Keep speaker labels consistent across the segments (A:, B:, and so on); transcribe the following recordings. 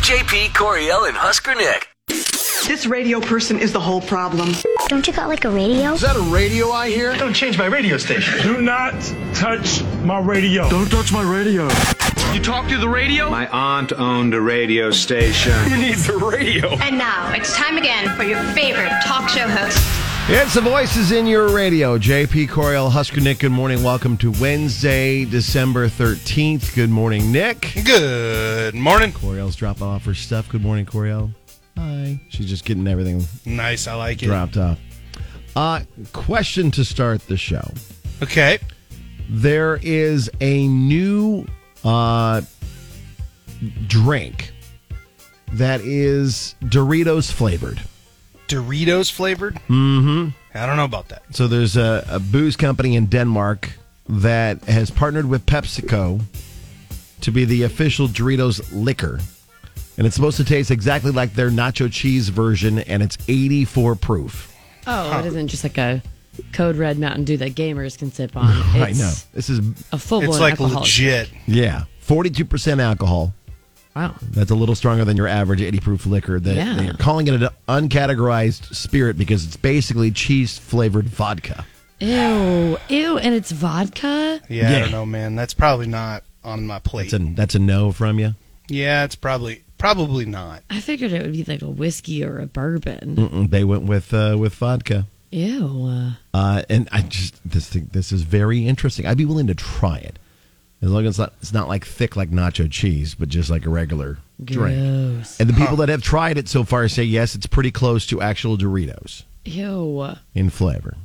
A: JP, Coriel, and Husker Nick.
B: This radio person is the whole problem.
C: Don't you got like a radio?
D: Is that a radio I hear?
E: Don't change my radio station.
F: Do not touch my radio.
G: Don't touch my radio.
E: You talk through the radio?
H: My aunt owned a radio station.
E: Who needs a radio?
I: And now it's time again for your favorite talk show host.
D: It's the voices in your radio. JP Coriel, Husker Nick, good morning. Welcome to Wednesday, December 13th. Good morning, Nick.
J: Good morning.
D: Coriel's dropping off her stuff. Good morning, Coriel. Hi. She's just getting everything
J: Nice, I like it.
D: dropped off. Uh, question to start the show.
J: Okay.
D: there is a new uh, drink that is Doritos flavored.
J: Doritos flavored? Mm-hmm. I don't know about that.
D: So there's a, a booze company in Denmark that has partnered with PepsiCo to be the official Doritos liquor. And it's supposed to taste exactly like their nacho cheese version, and it's 84 proof.
K: Oh, it isn't just like a code red Mountain Dew that gamers can sip on.
D: I
K: It's
D: know. This is,
K: A full blown
J: it's like
K: alcoholic.
J: legit.
D: yeah, 42% alcohol.
K: Wow.
D: That's a little stronger than your average 80 proof liquor. That
K: Yeah.
D: They're calling it an uncategorized spirit because it's basically cheese flavored vodka.
K: Ew, ew, and it's vodka.
J: Yeah, I
D: Yeah.
J: don't know, man. That's probably not on my plate.
D: That's a, that's a no from you.
J: yeah, it's probably probably not.
K: I figured it would be like a whiskey or a bourbon.
D: Mm-mm, they went with uh, with vodka,
K: Ew. Uh,
D: uh, and I just this thing this is very interesting. I'd be willing to try it as long as it's not, it's not like thick like nacho cheese, but just like a regular drink.
K: gross.
D: And the people that have tried it so far say yes, it's pretty close to actual Doritos
K: Ew.
D: in flavor.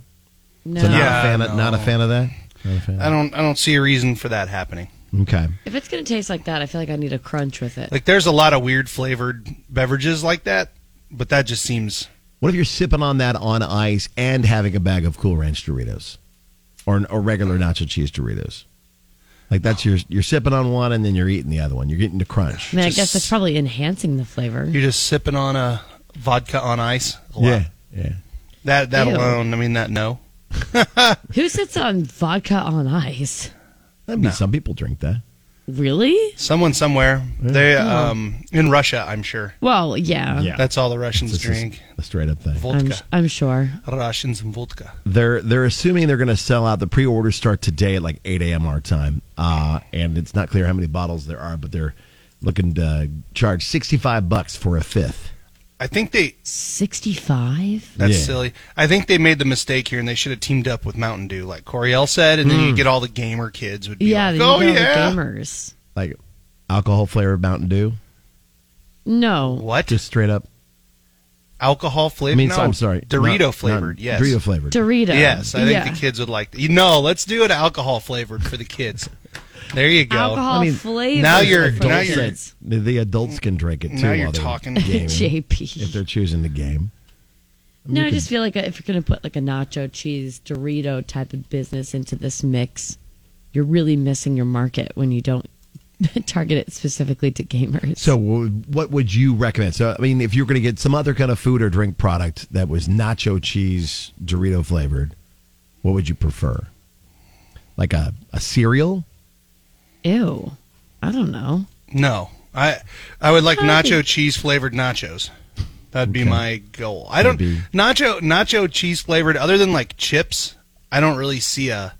K: No.
D: So not
J: Yeah,
D: a fan of, not a
J: no.
D: fan of that. Not a fan.
J: I don't I don't see a reason for that happening.
D: Okay.
K: If it's going to taste like that, I feel like I need a crunch with it.
J: Like there's a lot of weird flavored beverages like that, but that just seems
D: What if you're sipping on that on ice and having a bag of Cool Ranch Doritos, or an, or regular nacho cheese Doritos? Like that's your you're sipping on one and then you're eating the other one. You're getting the crunch.
K: I mean,
J: just-
K: I guess that's probably enhancing the flavor.
J: you're just sipping on a vodka on ice. A lot.
D: yeah.
J: That that
K: Ew.
J: alone, I mean that no.
K: Who sits on vodka on ice?
D: That'd be some people drink that.
K: Really?
J: Someone somewhere. They um in Russia, I'm sure.
K: Well, yeah.
J: That's all the Russians
D: It's just
J: drink.
D: a straight up thing.
K: I'm,
J: Vodka.
K: I'm sure.
J: Russians and vodka.
D: They're they're assuming they're going to sell out. The pre orders start today at like 8 a.m. our time, uh, and it's not clear how many bottles there are, but they're looking to charge 65 bucks for a fifth.
J: I think they.
K: 65?
J: That's
D: Yeah.
J: silly. I think they made the mistake here, and they should have teamed up with Mountain Dew, like Coriel said, and then
D: Hmm.
J: you get all the gamer kids would be
K: Yeah,
J: like,
K: then you
J: "Oh
K: go with
J: yeah,
K: gamers.
D: Like alcohol flavored Mountain Dew,
K: No.
J: what
D: just straight up.
J: alcohol flavored?
D: I mean,
J: no,
D: so- I'm sorry,
J: Dorito
D: Not- not-
J: flavored. yes,
D: Dorito flavored.
K: Dorito.
J: yes. I
K: Yeah.
J: think the kids would like. That. No, let's do it alcohol flavored for the kids. There you go.
K: Alcohol
D: I mean,
K: flavor.
J: now you're-
K: for
J: now
K: the
J: you're-
K: kids.
D: The, the adults can drink it too.
J: Now you're
D: while they're
J: talking.
D: gaming, if
K: JP.
D: they're choosing the game.
K: No, I just feel like uh, if you're going to put like a nacho cheese Dorito type of business into this mix, you're really missing your market when you don't target it specifically to gamers.
D: So, w- what would you recommend? So, I mean, if you're going to get some other kind of food or drink product that was nacho cheese Dorito flavored, what would you prefer? Like a, a cereal?
K: ew. I don't know.
J: No, I I would like
K: Hi.
J: nacho cheese flavored nachos. That'd be my goal. I don't
D: Maybe.
J: nacho nacho cheese flavored. Other than like chips, I don't really see a.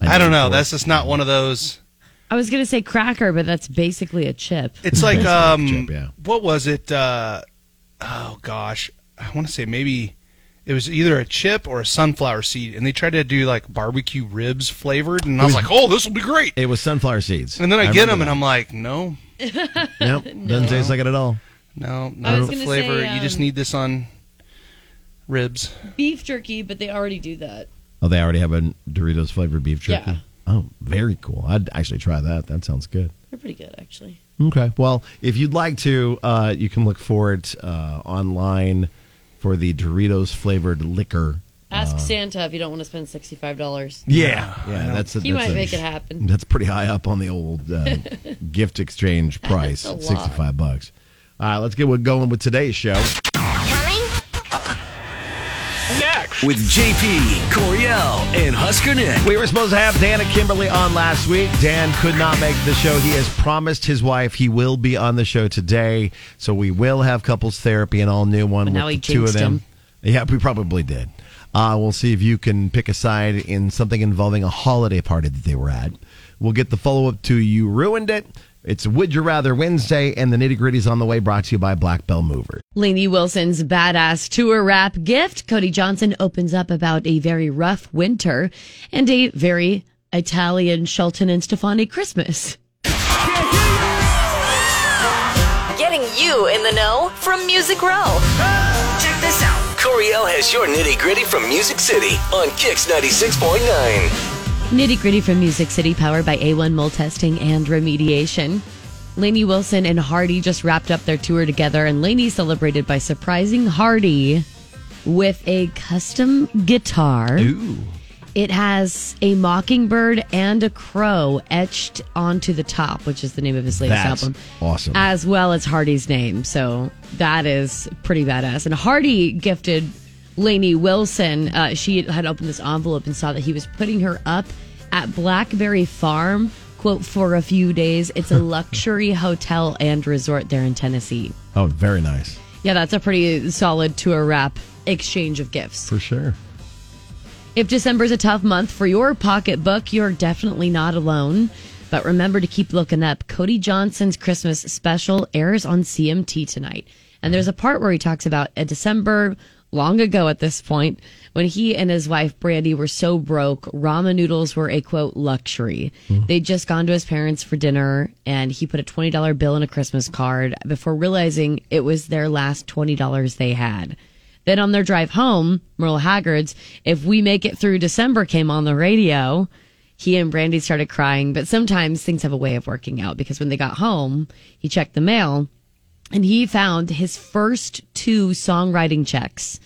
J: I don't know. That's just not one of those.
K: I was going to say cracker, but that's basically a chip.
J: It's like
D: Basically
J: um,
D: chip, yeah.
J: what was it? Uh, oh gosh, I want to say maybe it was either a chip or a sunflower seed, and they tried to do like barbecue ribs flavored, and I was like, oh, this will be great.
D: It was sunflower seeds.
J: And then I, get them, and I'm like, no,
D: nope, doesn't taste like it at all.
J: no,
K: I
J: not
K: was
J: the
K: gonna
J: flavor.
K: say,
J: you just
K: um,
J: need this on ribs.
K: Beef jerky, but they already do that.
D: Oh, they already have a Doritos flavored beef jerky.
K: Yeah.
D: Oh, very cool. I'd actually try that. That sounds good.
K: They're pretty good, actually.
D: Okay. Well, if you'd like to, uh, you can look for it uh, online for the Doritos flavored liquor.
K: Ask Santa if you don't want to spend $65.
D: Yeah, yeah. That's a,
K: He
D: that's
K: might
D: a-
K: make it happen.
D: That's pretty high up on the old uh, gift exchange price,
K: That's a lot.
D: sixty-five bucks. All right, let's get what going with today's show.
C: Coming?
E: Next.
A: with JP, Coriel, and Husker Nick.
D: We were supposed to have Dan and Kimberly on last week. Dan could not make the show. He has promised his wife he will be on the show today. So we will have couples therapy and all new one
K: But
D: with
K: now
D: the
K: he
D: two of
K: jinxed
D: them.
K: him.
D: Yeah, we probably did. Uh, we'll see if you can pick a side in something involving a holiday party that they were at. We'll get the follow up to You Ruined It. It's Would You Rather Wednesday, and the nitty gritty's on the way, brought to you by Black Bell Mover.
K: Lainey Wilson's badass tour wrap gift. Cody Johnson opens up about a very rough winter and a very Italian Shelton and Stefani Christmas.
C: Getting you in the know from Music Row.
A: Check this out. Coriel has your nitty gritty from Music City on Kix 96.9.
K: Nitty gritty from Music City, powered by A1 Mole Testing and Remediation. Lainey Wilson and Hardy just wrapped up their tour together, and Lainey celebrated by surprising Hardy with a custom guitar.
D: Ooh.
K: It has a mockingbird and a crow etched onto the top, which is the name of his latest
D: That's
K: album.
D: awesome.
K: As well as Hardy's name. So that is pretty badass. And Hardy gifted Lainey Wilson. Uh, she had opened this envelope and saw that he was putting her up at Blackberry Farm, quote, for a few days. It's a luxury hotel and resort there in Tennessee.
D: Oh, very nice.
K: Yeah, that's a pretty solid tour wrap exchange of gifts.
D: For sure.
K: If December's a tough month for your pocketbook, you're definitely not alone. But remember to keep looking up. Cody Johnson's Christmas special airs on CMT tonight. And there's a part where he talks about a December long ago at this point when he and his wife Brandy were so broke, ramen noodles were a quote luxury. They'd just gone to his parents for dinner and he put a $20 bill in a Christmas card before realizing it was their last $20 they had. Then on their drive home, Merle Haggard's If We Make It Through December came on the radio. He and Brandy started crying, but sometimes things have a way of working out because when they got home, he checked the mail and he found his first two songwriting checks,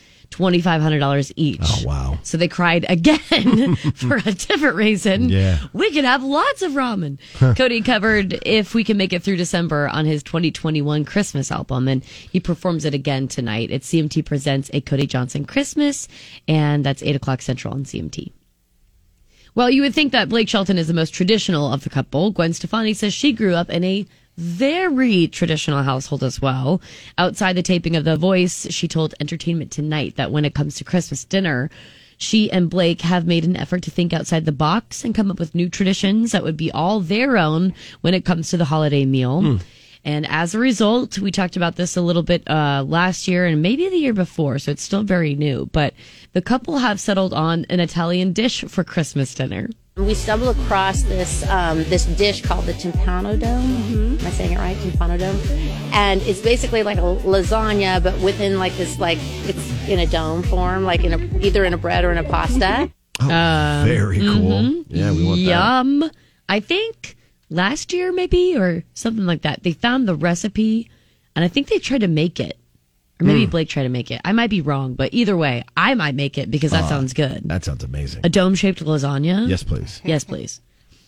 K: $2,500 each.
D: Oh, wow.
K: So they cried again for a different reason.
D: Yeah.
K: We could have lots of ramen. Cody covered If We Can Make It Through December on his 2021 Christmas album, and he performs it again tonight. It's CMT Presents a Cody Johnson Christmas, and that's 8 o'clock Central on CMT. Well, you would think that Blake Shelton is the most traditional of the couple. Gwen Stefani says she grew up in a very traditional household as well. Outside the taping of The Voice, she told Entertainment Tonight that when it comes to Christmas dinner, she and Blake have made an effort to think outside the box and come up with new traditions that would be all their own when it comes to the holiday meal. And as a result, we talked about this a little bit uh, last year and maybe the year before, so it's still very new. But the couple have settled on an Italian dish for Christmas dinner.
C: We stumbled across this um, this dish called the timpano dome.
K: Mm-hmm.
C: Am I saying it right? Timpano dome, and it's basically like a lasagna, but within like this like it's in a dome form, like in a either in a bread or in a pasta.
K: Um,
D: very cool.
K: mm-hmm.
D: Yeah, we want that.
K: Yum. I think last year, maybe, or something like that, they found the recipe and I think they tried to make it. Or maybe
C: Hmm.
K: Blake tried to make it. I might be wrong, but either way, I might make it because that sounds good.
D: That sounds amazing.
K: A dome shaped lasagna?
D: Yes, please.
K: Yes, please.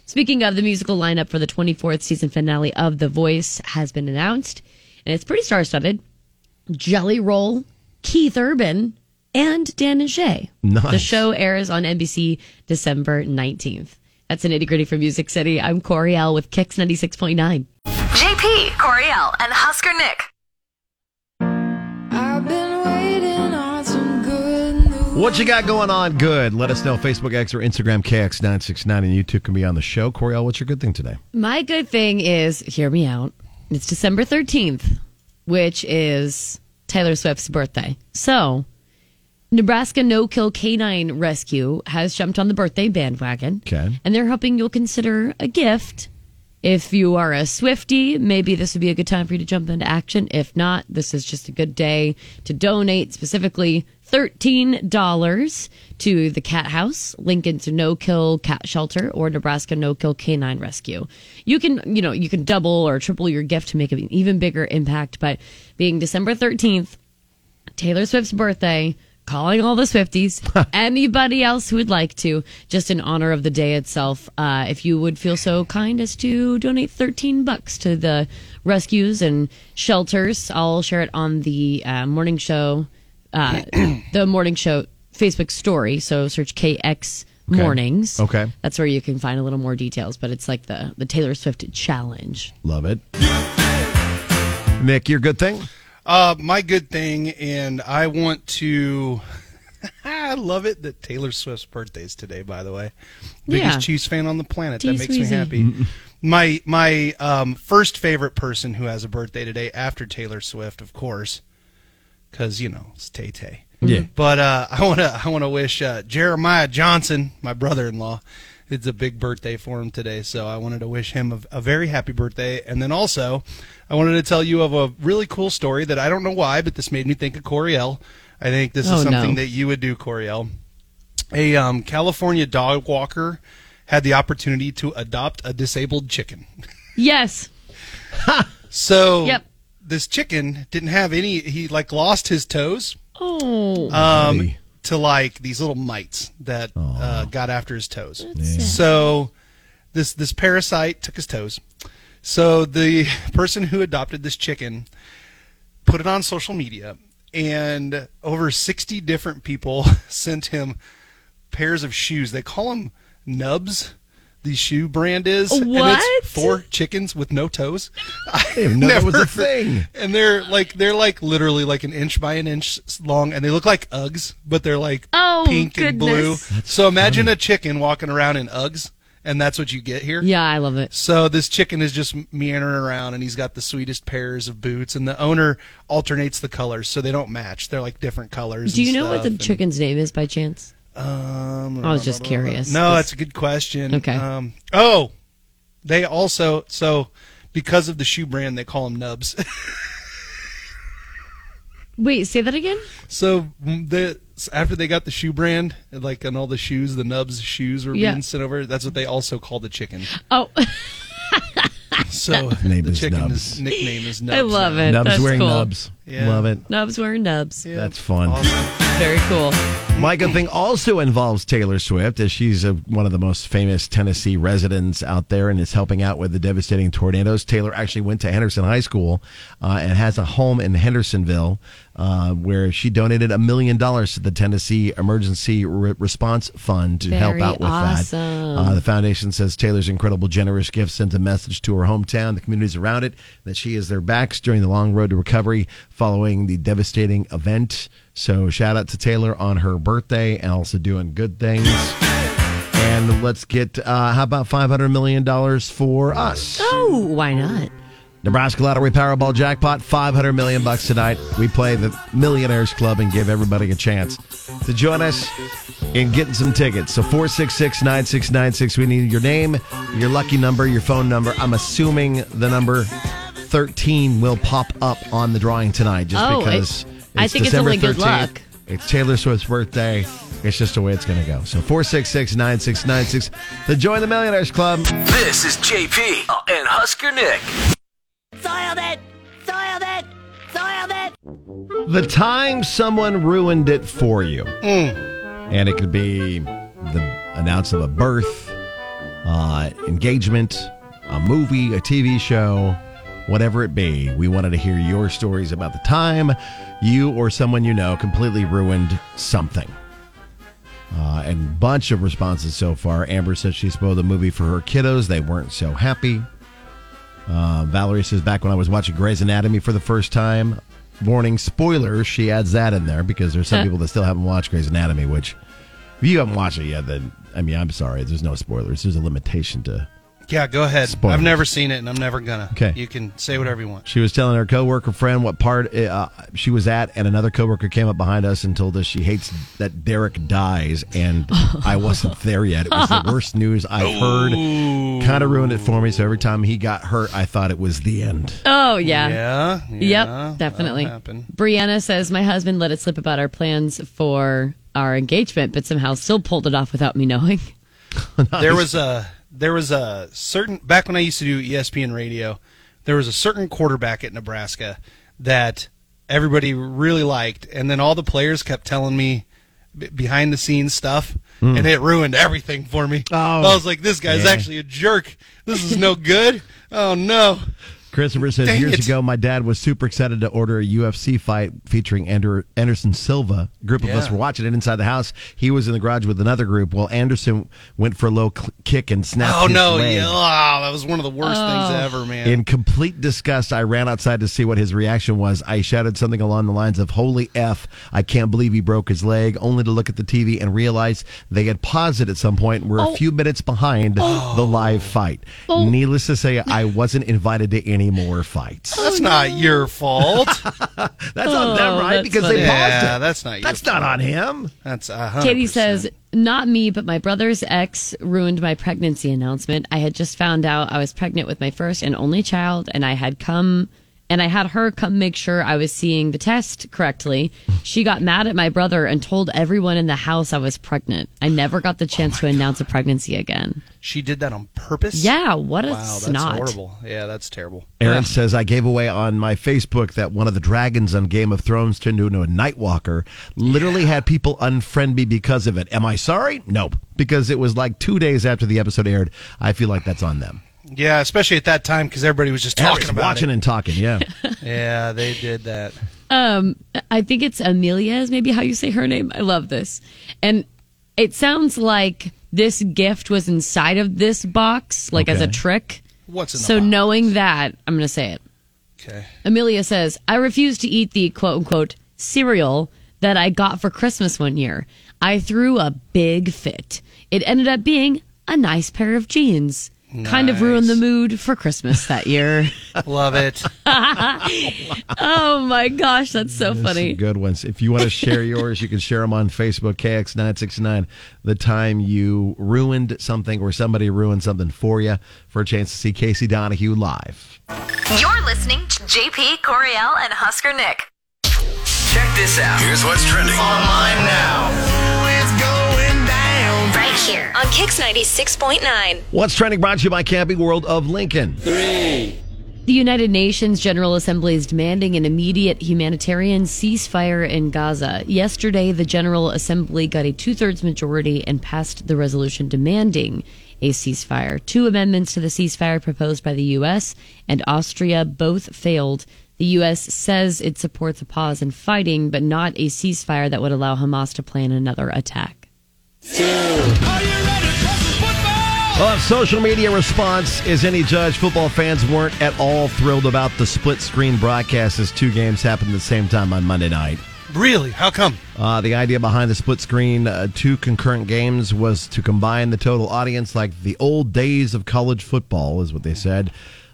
K: Speaking of the musical lineup for the 24th season finale of The Voice has been announced, and it's pretty star-studded. Jelly Roll, Keith Urban, and Dan and Shay.
D: Nice.
K: The show airs on NBC December 19th. That's an nitty gritty from Music City. I'm Corey L with Kix 96.9.
C: JP Coriel and Husker Nick.
D: What you got going on good? Let us know. Facebook X or Instagram KX969 and YouTube can be on the show. Coriel, what's your good thing today?
K: My good thing is, hear me out. It's December 13th, which is Taylor Swift's birthday. So, Nebraska No Kill Canine Rescue has jumped on the birthday bandwagon.
D: Okay.
K: And they're hoping you'll consider a gift. If you are a Swifty, maybe this would be a good time for you to jump into action. If not, this is just a good day to donate specifically $13 to the Cat House, Lincoln's No Kill Cat Shelter, or Nebraska No Kill Canine Rescue. You can, you know, you can double or triple your gift to make an even bigger impact, but being December 13th, Taylor Swift's birthday, calling all the Swifties, anybody else who would like to, just in honor of the day itself. Uh, if you would feel so kind as to donate 13 bucks to the rescues and shelters, I'll share it on the uh, morning show, uh, the morning show Facebook story. So search KX Mornings.
D: Okay.
K: That's where you can find a little more details, but it's like the, the Taylor Swift challenge.
D: Love it. Nick, your good thing?
J: Uh, my good thing, and I want to. I love it that Taylor Swift's birthday is today. By the way, biggest
K: Yeah.
J: Chiefs fan on the planet.
K: Tee
J: that makes
K: Sweezy.
J: me happy. my my um, first favorite person who has a birthday today after Taylor Swift, of course, because you know it's Tay Tay.
D: Yeah.
J: But uh, I want to I want to wish uh, Jeremiah Johnson, my brother-in-law, it's a big birthday for him today. So I wanted to wish him a, a very happy birthday, and then also I wanted to tell you of a really cool story that I don't know why, but this made me think of Coriel. I think this
K: Oh,
J: is
K: no.
J: something that you would do, Coriel. A um, California dog walker had the opportunity to adopt a disabled chicken.
K: Yes.
J: So
K: Yep.
J: this chicken didn't have any. He like lost his toes.
K: Oh.
J: um, to like these little mites that uh, got after his toes. So this this parasite took his toes. So the person who adopted this chicken put it on social media, and over sixty different people sent him pairs of shoes. They call them nubs. The shoe brand is and
K: What?
J: it's four chickens with no toes.
D: I didn't know that was a thing.
J: And they're like they're like literally like an inch by an inch s- long, and they look like Uggs, but they're like
K: Oh,
J: pink and blue.
K: goodness.
J: so imagine a chicken walking around in Uggs, and that's what you get here.
K: Yeah, I love it.
J: So this chicken is just meandering around, and he's got the sweetest pairs of boots, and the owner alternates the colors so they don't match. They're like different colors.
K: Do
J: and
K: you know what
J: stuff,
K: the
J: and-
K: chicken's name is by chance?
J: Um,
K: I was just curious.
J: no, that's a good question.
K: Okay.
J: Um, oh, they also so because of the shoe brand, they call them nubs.
K: Wait, say that again?
J: So mm, the after they got the shoe brand, like on all the shoes, the Nubs shoes were
K: Yeah.
J: being sent over. That's what they also call the chicken.
K: Oh,
J: So
D: name
J: the
D: is
J: chicken
D: Nubs.
J: is nickname is Nubs.
K: I love it.
D: Nubs
K: That's
D: wearing
K: cool.
D: nubs.
J: Yeah.
D: Love it.
K: Nubs wearing nubs.
D: That's fun.
K: Very cool.
D: My good thing also involves Taylor Swift, as she's a, one of the most famous Tennessee residents out there and is helping out with the devastating tornadoes. Taylor actually went to Henderson High School uh, and has a home in Hendersonville uh, where she donated a million dollars to the Tennessee Emergency Re- Response Fund to help
K: Very
D: out with
K: awesome.
D: that. Uh, the foundation says Taylor's incredible, generous gift sends a message to her hometown, the communities around it, that she is their backs during the long road to recovery following the devastating event. So shout out to Taylor on her birthday and also doing good things. And let's get, uh, how about $500 million for us?
K: Oh, why not?
D: Nebraska Lottery Powerball jackpot, 500 million bucks tonight. We play the Millionaires Club and give everybody a chance to join us in getting some tickets. So 466-9696, we need your name, your lucky number, your phone number. I'm assuming the number 13 will pop up on the drawing tonight just
K: Oh,
D: because
K: it- I think it's
D: December
K: only good luck.
D: It's Taylor Swift's birthday. It's just the way it's going to go. So 466-9696 to join the Millionaires Club.
A: This is JP and Husker Nick.
D: The time someone ruined it for you. And it could be the announcement of a birth, uh, engagement, a movie, a TV show, whatever it be. We wanted to hear your stories about the time you or someone you know completely ruined something. Uh, and bunch of responses so far. Amber said she spoiled the movie for her kiddos. They weren't so happy. Uh, Valerie says, back when I was watching Grey's Anatomy for the first time, warning spoiler, she adds that in there because there's some people that still haven't watched Grey's Anatomy, which if you haven't watched it yet, then, I mean, I'm sorry, there's no spoilers. There's a limitation to.
J: Yeah, go ahead.
D: Spoilers.
J: I've never seen it, and I'm never gonna.
D: Okay.
J: You can say whatever you want.
D: She was telling her coworker friend what part uh, she was at, and another coworker came up behind us and told us she hates that Derek dies, and I wasn't there yet. It was the worst news I've heard. Kind of ruined it for me, so every time he got hurt, I thought it was the end.
K: Oh, yeah.
J: Yeah. yeah,
K: Yep, definitely.
J: that'll happen.
K: Brianna says my husband let it slip about our plans for our engagement, but somehow still pulled it off without me knowing.
J: There was a there was a certain back when I used to do E ESPN radio, there was a certain quarterback at Nebraska that everybody really liked, and then all the players kept telling me b- behind the scenes stuff, and it ruined everything for me.
D: Hmm. Oh.
J: I was like, this guy's
D: Yeah.
J: actually a jerk. This is no good. Oh no.
D: Christopher says
J: Dang
D: years
J: it.
D: ago, my dad was super excited to order a UFC fight featuring Ander- Anderson Silva. A group of us
J: Yeah.
D: were watching it inside the house. He was in the garage with another group. While Anderson went for a low cl- kick and snapped.
J: Oh
D: his
J: no!
D: leg.
J: Yeah, oh, that was one of the worst things ever, man.
D: In complete disgust, I ran outside to see what his reaction was. I shouted something along the lines of, Holy F, I can't believe he broke his leg, only to look at the TV and realize they had paused it at some point. We're
K: Oh.
D: a few minutes behind the live fight. Needless to say, I wasn't invited to any more fights.
J: that's not your fault.
D: That's on them,
K: Oh,
D: right?
K: that's
D: Because
K: funny.
D: they paused
J: yeah,
D: it.
J: that's not. Your
D: That's not on him.
J: That's a hundred.
K: Katie
J: percent.
K: says, Not me, but my brother's ex ruined my pregnancy announcement. I had just found out I was pregnant with my first and only child, and I had come and I had her come make sure I was seeing the test correctly. She got mad at my brother and told everyone in the house I was pregnant. I never got the chance to announce a pregnancy again.
J: she did that on purpose.
K: Yeah, what a
J: Wow, that's
K: snot.
J: horrible. Yeah, that's terrible.
D: Aaron says, I gave away on my Facebook that one of the dragons on Game of Thrones turned into a Nightwalker. Literally had people unfriend me because of it. Am I sorry? Nope. Because it was like two days after the episode aired. I feel like that's on them.
J: Yeah, especially at that time because everybody was just talking
D: Everybody's
J: about
D: watching
J: it.
D: and talking, yeah.
J: Yeah, they did that.
K: um i think it's amelia is maybe how you say her name i love this and it sounds like this gift was inside of this box like as a
D: Okay.
K: trick
J: What's in the
K: so
J: box?
K: knowing that i'm gonna say it
J: Okay.
K: amelia says i refuse to eat the quote unquote cereal that i got for christmas one year i threw a big fit it ended up being a nice pair of jeans kind of ruined the
J: Nice.
K: mood for christmas that year
J: Love it.
K: oh my gosh that's so
D: There's some
K: funny
D: good ones. If you want to share yours, you can share them on Facebook, KX969. The time you ruined something or somebody ruined something for you for a chance to see Casey Donahue live.
I: You're listening to JP Coriel and Husker Nick.
A: Check this out. Here's what's trending online now. It's going down.
I: Right here on Kix 96.9.
D: What's trending brought to you by Camping World of Lincoln.
K: The United Nations General Assembly is demanding an immediate humanitarian ceasefire in Gaza. Yesterday, the General Assembly got a two thirds majority and passed the resolution demanding a ceasefire. Two amendments to the ceasefire proposed by the U.S. and Austria both failed. The U.S. says it supports a pause in fighting, but not a ceasefire that would allow Hamas to plan another attack.
D: Well, if social media response is any judge, football fans weren't at all thrilled about the split screen broadcast as two games happened at the same time on Monday night.
J: really? How come?
D: Uh, the idea behind the split screen, uh, two concurrent games, was to combine the total audience like the old days of college football, is what they said.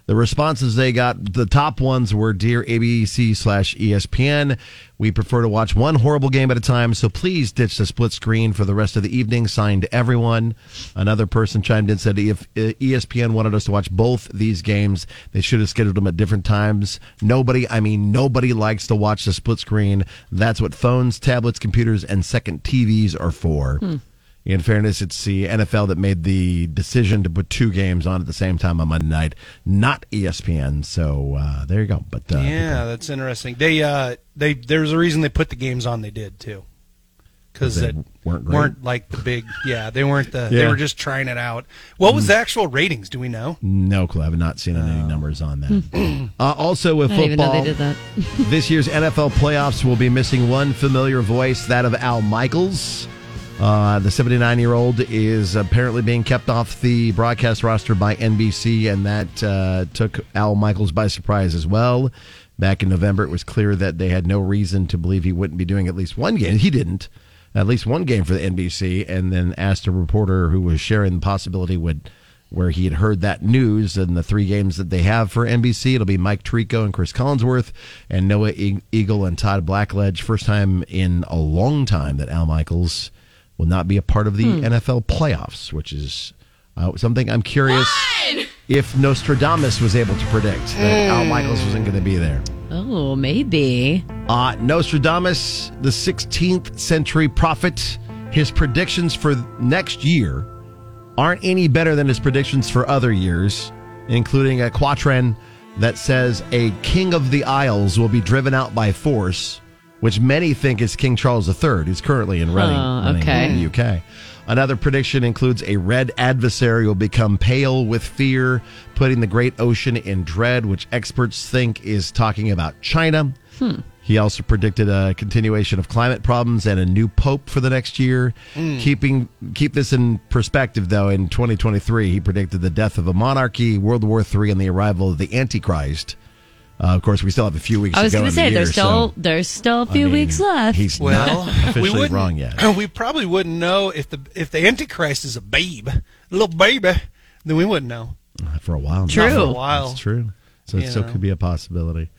D: The responses they got, the top ones were Dear ABC slash E ESPN, we prefer to watch one horrible game at a time, so please ditch the split screen for the rest of the evening. Signed everyone. Another person chimed in said, If uh, ESPN wanted us to watch both these games, they should have scheduled them at different times. Nobody, I mean, nobody likes to watch the split screen. That's what phones, tablets, computers, and second TVs are for.
K: Hmm.
D: In fairness, it's the NFL that made the decision to put two games on at the same time on Monday night, not E ESPN. So uh, there you go. But uh,
J: Yeah, that's interesting. They uh they there's a reason they put the games on they did too. Cuz
D: They
J: it
D: weren't
J: weren't,
D: great?
J: like the big yeah, they weren't the they
D: Yeah. Mm.
J: were just trying it out. What was the actual ratings, do we know?
D: No clue. I have not seen any numbers on that. uh, also, with
K: Oh. Hmm. I didn't even know
D: football,
K: they did that.
D: this year's NFL playoffs will be missing one familiar voice, that of Al Michaels. Uh, the 79 year old is apparently being kept off the broadcast roster by NBC, and that uh, took Al Michaels by surprise as well. Back in November, it was clear that they had no reason to believe he wouldn't be doing at least one game. He didn't. At least one game for the NBC, and then asked a reporter who was sharing the possibility would where he had heard that news and the three games that they have for NBC. It'll be Mike Tirico and Chris Collinsworth and Noah E- Eagle and Todd Blackledge. First time in a long time that Al Michaels will not be a part of the NFL playoffs, which is uh, something I'm curious if Nostradamus was able to predict that Al Michaels wasn't going to be there.
K: Oh, maybe.
D: Uh, Nostradamus, the 16th century prophet, his predictions for next year aren't any better than his predictions for other years, including a quatrain that says a king of the Isles will be driven out by force, which many think is King Charles III, who's currently in running,
K: Oh,
D: running
K: okay.
D: in the UK. Another prediction includes a red adversary will become pale with fear, putting the great ocean in dread, which experts think is talking about China.
K: Hmm.
D: He also predicted a continuation of climate problems and a new pope for the next year.
K: Hmm.
D: Keeping keep this in perspective, though, in 2023, he predicted the death of a monarchy, World War III, and the arrival of the Antichrist. Uh, of course, we still have a few weeks.
K: I was
D: going to
K: say
D: year,
K: there's still
D: so,
K: there's still a
D: I
K: few
D: mean,
K: weeks left.
D: He's
J: Well,
D: not
J: we
D: officially
J: wouldn't,
D: wrong yet.
J: We probably wouldn't know if the if the Antichrist is a babe, a little baby, then we wouldn't know.
D: for a while. now.
K: True. Not for a
J: while.
D: That's true. So it
J: You
D: still
J: know.
D: could be a possibility.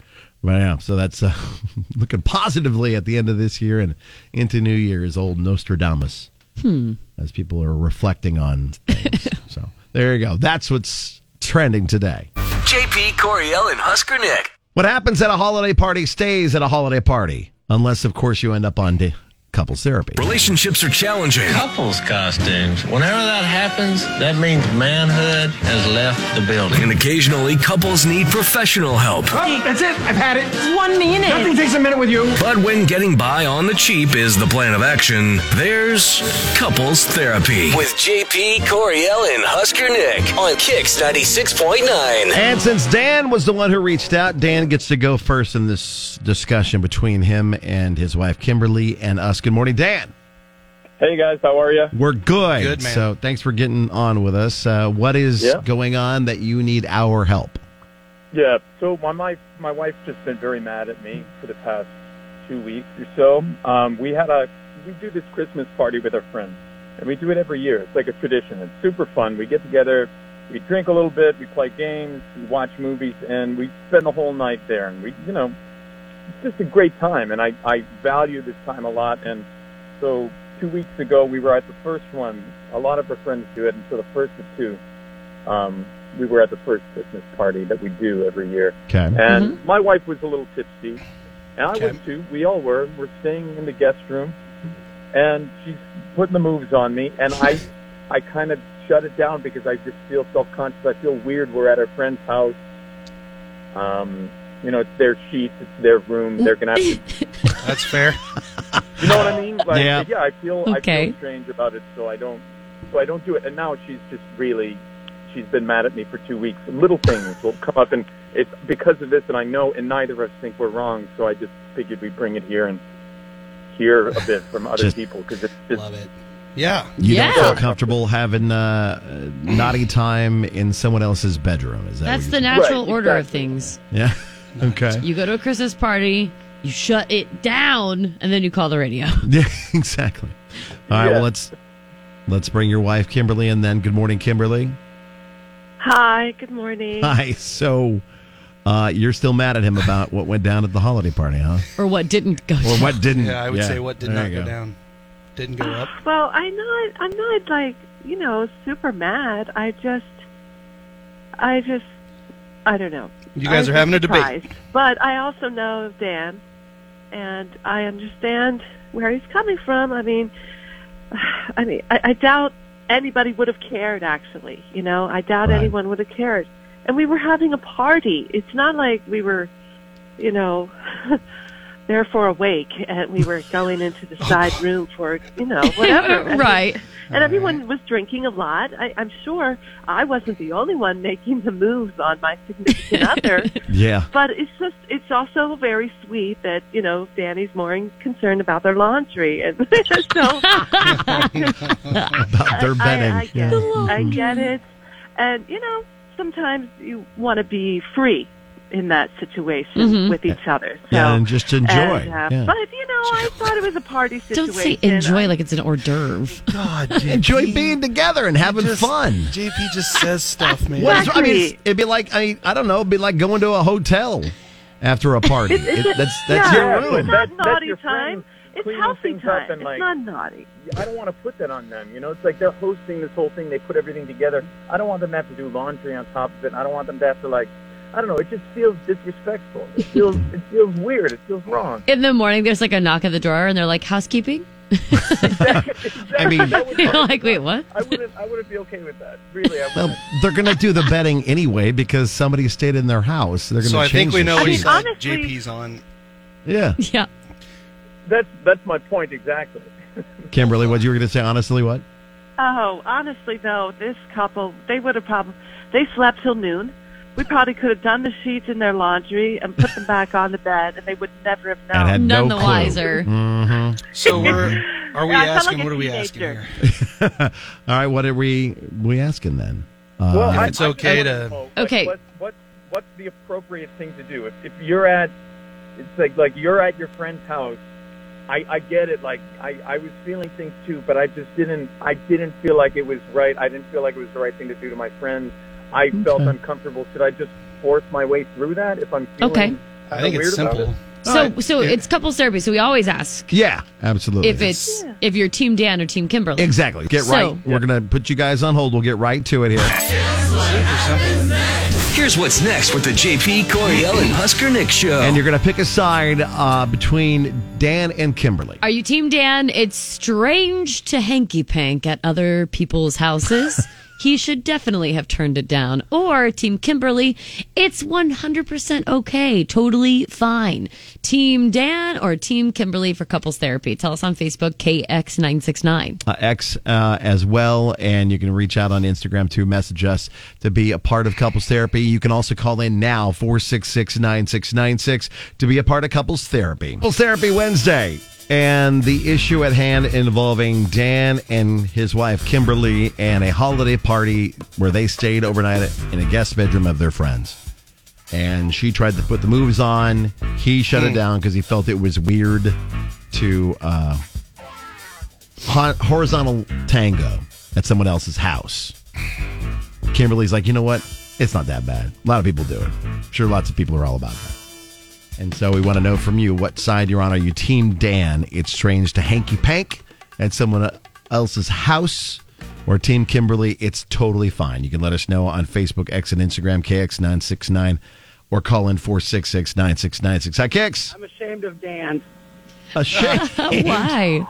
D: But yeah, so that's uh, looking positively at the end of this year and into New Year's, old Nostradamus, as people are reflecting on things. so there you go. That's what's trending today.
A: JP Coriel and Husker Nick.
D: What happens at a holiday party stays at a holiday party, unless, of course, you end up on d- couples therapy.
A: Relationships are challenging.
E: Couples costumes. Whenever that happens, that means manhood has left the building.
A: And occasionally, couples need professional help.
E: Oh, that's it. I've had it.
B: One minute.
E: Nothing takes a minute with you.
A: But when getting by on the cheap is the plan of action, there's couples therapy. With JP Coriel and Husker Nick on Kix 96.9.
D: And since Dan was the one who reached out, Dan gets to go first in this discussion between him and his wife Kimberly and us. Good morning, Dan.
G: Hey guys, how are you?
D: We're good.
J: Good, man.
D: So thanks for getting on with us. Uh, what is
G: Yeah.
D: going on that you need our help?
G: Yeah. So my my my wife's just been very mad at me for the past two weeks or so. Um, we had a we do this Christmas party with our friends, and we do it every year. It's like a tradition. It's super fun. We get together, we drink a little bit, we play games, we watch movies, and we spend the whole night there. And we, you know, it's just a great time. And I I value this time a lot. And so two weeks ago we were at the first one. A lot of our friends do it, and so the first of two. um, we were at the first Christmas party that we do every year.
D: Okay.
G: And
K: Mm-hmm.
G: my wife was a little tipsy, and I
J: Okay.
G: was too. We all were. We're staying in the guest room, and she's putting the moves on me, and I, I kind of shut it down because I just feel self-conscious. I feel weird. We're at our friend's house. Um, you know, it's their sheets, it's their room. They're gonna have to
J: That's fair.
G: you know what I mean? Like,
D: Yeah.
G: yeah. I feel I
K: Okay.
G: feel strange about it, so I don't, so I don't do it. And now she's just really, she's been mad at me for two weeks. Little things will come up, and it's because of this. And I know, and neither of us think we're wrong, so I just figured we'd bring it here and hear a bit from other
D: Just-
G: people because it's just
J: Love it. Yeah.
D: You
K: Yeah.
D: don't feel comfortable having uh, naughty time in someone else's bedroom. Is that
K: That's
D: what
K: the
D: you're
K: natural
G: Right,
K: order of
G: exactly.
K: things.
D: Yeah. okay.
K: You go to a Christmas party, you shut it down, and then you call the radio.
D: Yeah, exactly. All right.
G: Yeah.
D: Well, let's let's bring your wife Kimberly in then. Good morning, Kimberly.
L: Hi, good morning.
D: Hi. So uh, you're still mad at him about what went down at the holiday party, huh?
K: Or what didn't go
D: Or what didn't?
J: Yeah, I would say what did
D: there
J: not
D: you
J: go. down. Didn't go up.
L: Well, I'm not I'm not like, you know, super mad. I just I just I don't know.
J: You guys
L: I'm
J: are having a debate.
L: surprised. But I also know Dan and I understand where he's coming from. I mean I mean I, I doubt anybody would have cared actually, you know. I doubt
D: Right.
L: anyone would have cared. And we were having a party. It's not like we were, you know, therefore awake and we were going into the side room for you know whatever I mean,
K: right.
L: and everyone was drinking a lot I, i'm sure i wasn't the only one making the moves on my significant other
D: Yeah.
L: but it's just it's also very sweet that you know danny's more in- concerned about their laundry and so
D: About their bedding.
L: I, I get
D: yeah. Mm-hmm.
L: it. I get it. And you know, sometimes you want to be free in that situation with each other. So,
D: Yeah, and just enjoy.
L: and, uh,
D: Yeah.
L: But you know, I thought it was a party situation.
K: Don't say enjoy like it's an hors d'oeuvre.
J: God, JP.
D: Enjoy being together and having
J: Just-
D: fun.
J: JP just says stuff, man.
D: What is- I mean, it's-
L: Exactly.
D: it'd be like I, I don't know. It'd be like going to a hotel after a party. It- that's that's
L: yeah,
D: your
L: It's
D: ruin.
L: not
G: That- that's
L: naughty
G: your
L: time.
G: friends
L: It's
G: cleaning
L: healthy
G: things up
L: time.
G: and,
L: It's
G: like-
L: not naughty.
G: I don't want to put that on them. You know, it's like they're hosting this whole thing. They put everything together. I don't want them to have to do laundry on top of it. and I don't want them to have to like, I don't know. It just feels disrespectful. It feels it feels weird. It feels wrong.
K: In the morning, there's like a knock at the door, and they're like, housekeeping?
D: I mean,
G: That would-
K: You're like, wait, what?
G: I wouldn't. I wouldn't be okay with that. Really, I wouldn't.
D: well, they're gonna do the betting anyway because somebody stayed in their house. They're gonna.
J: So I think
D: change
J: we
D: the
J: know what
L: mean,
J: he's
D: sheet.
J: on.
L: honestly-
J: JP's on.
D: Yeah,
K: Yeah.
G: That's that's my point exactly.
D: Kimberly, what you were gonna say? Honestly, what?
L: Oh, honestly, though, this couple, they would have probably, they slept till noon. We probably could have done the sheets in their laundry and put them back on the bed, and they would never have known.
D: And had no clue. Mhm.
J: So we're are we
L: Yeah, I sound
J: asking?
L: like a
J: what are we asking
L: teenager.
J: here?
D: All right, what are we we asking then? Uh,
G: Well, I-
J: it's okay
G: I-
J: to-
G: like,
K: Okay.
G: What, what what's the appropriate thing to do if, if you're at it's like like you're at your friend's house. I, I get it. Like I, I was feeling things too, but I just didn't. I didn't feel like it was right. I didn't feel like it was the right thing to do to my friend. I felt
K: Okay.
G: uncomfortable. Should I just force my way through that if I'm feeling
K: Okay.
J: I think
G: kinda
J: it's
G: weird about
J: simple.
G: it?
K: So so it's couples therapy. So we always ask
D: yeah, absolutely.
K: if it's if you're Team Dan or Team Kimberly.
D: exactly get
K: So-
D: right. We're gonna put you guys on hold. We'll get right to it here.
A: Here's what's next with the JP Coriel and Husker Nick show.
D: And you're gonna pick a side uh, between Dan and Kimberly.
K: Are you Team Dan? It's strange to hanky pank at other people's houses. he should definitely have turned it down. Or Team Kimberly, it's 100% okay, totally fine. Team Dan or Team Kimberly for couples therapy? Tell us on Facebook, KX969.
D: Uh, X uh, as well, and you can reach out on Instagram to message us to be a part of couples therapy. You can also call in now 466 9696 to be a part of couples therapy. Couples Therapy Wednesday. And the issue at hand involving Dan and his wife Kimberly and a holiday party where they stayed overnight in a guest bedroom of their friends. And she tried to put the moves on. He shut it down because he felt it was weird to uh, hon- horizontal tango at someone else's house. Kimberly's like, you know what? It's not that bad. A lot of people do it. I'm sure lots of people are all about that. And so we want to know from you what side you're on. Are you Team Dan? It's strange to hanky pank at someone e-, else's house. Or Team Kimberly, it's totally fine. You can let us know on Facebook, X, and Instagram, KX969, or call in 466 9696. Hi, KX.
M: I'm ashamed of Dan.
D: A shake.
K: Why?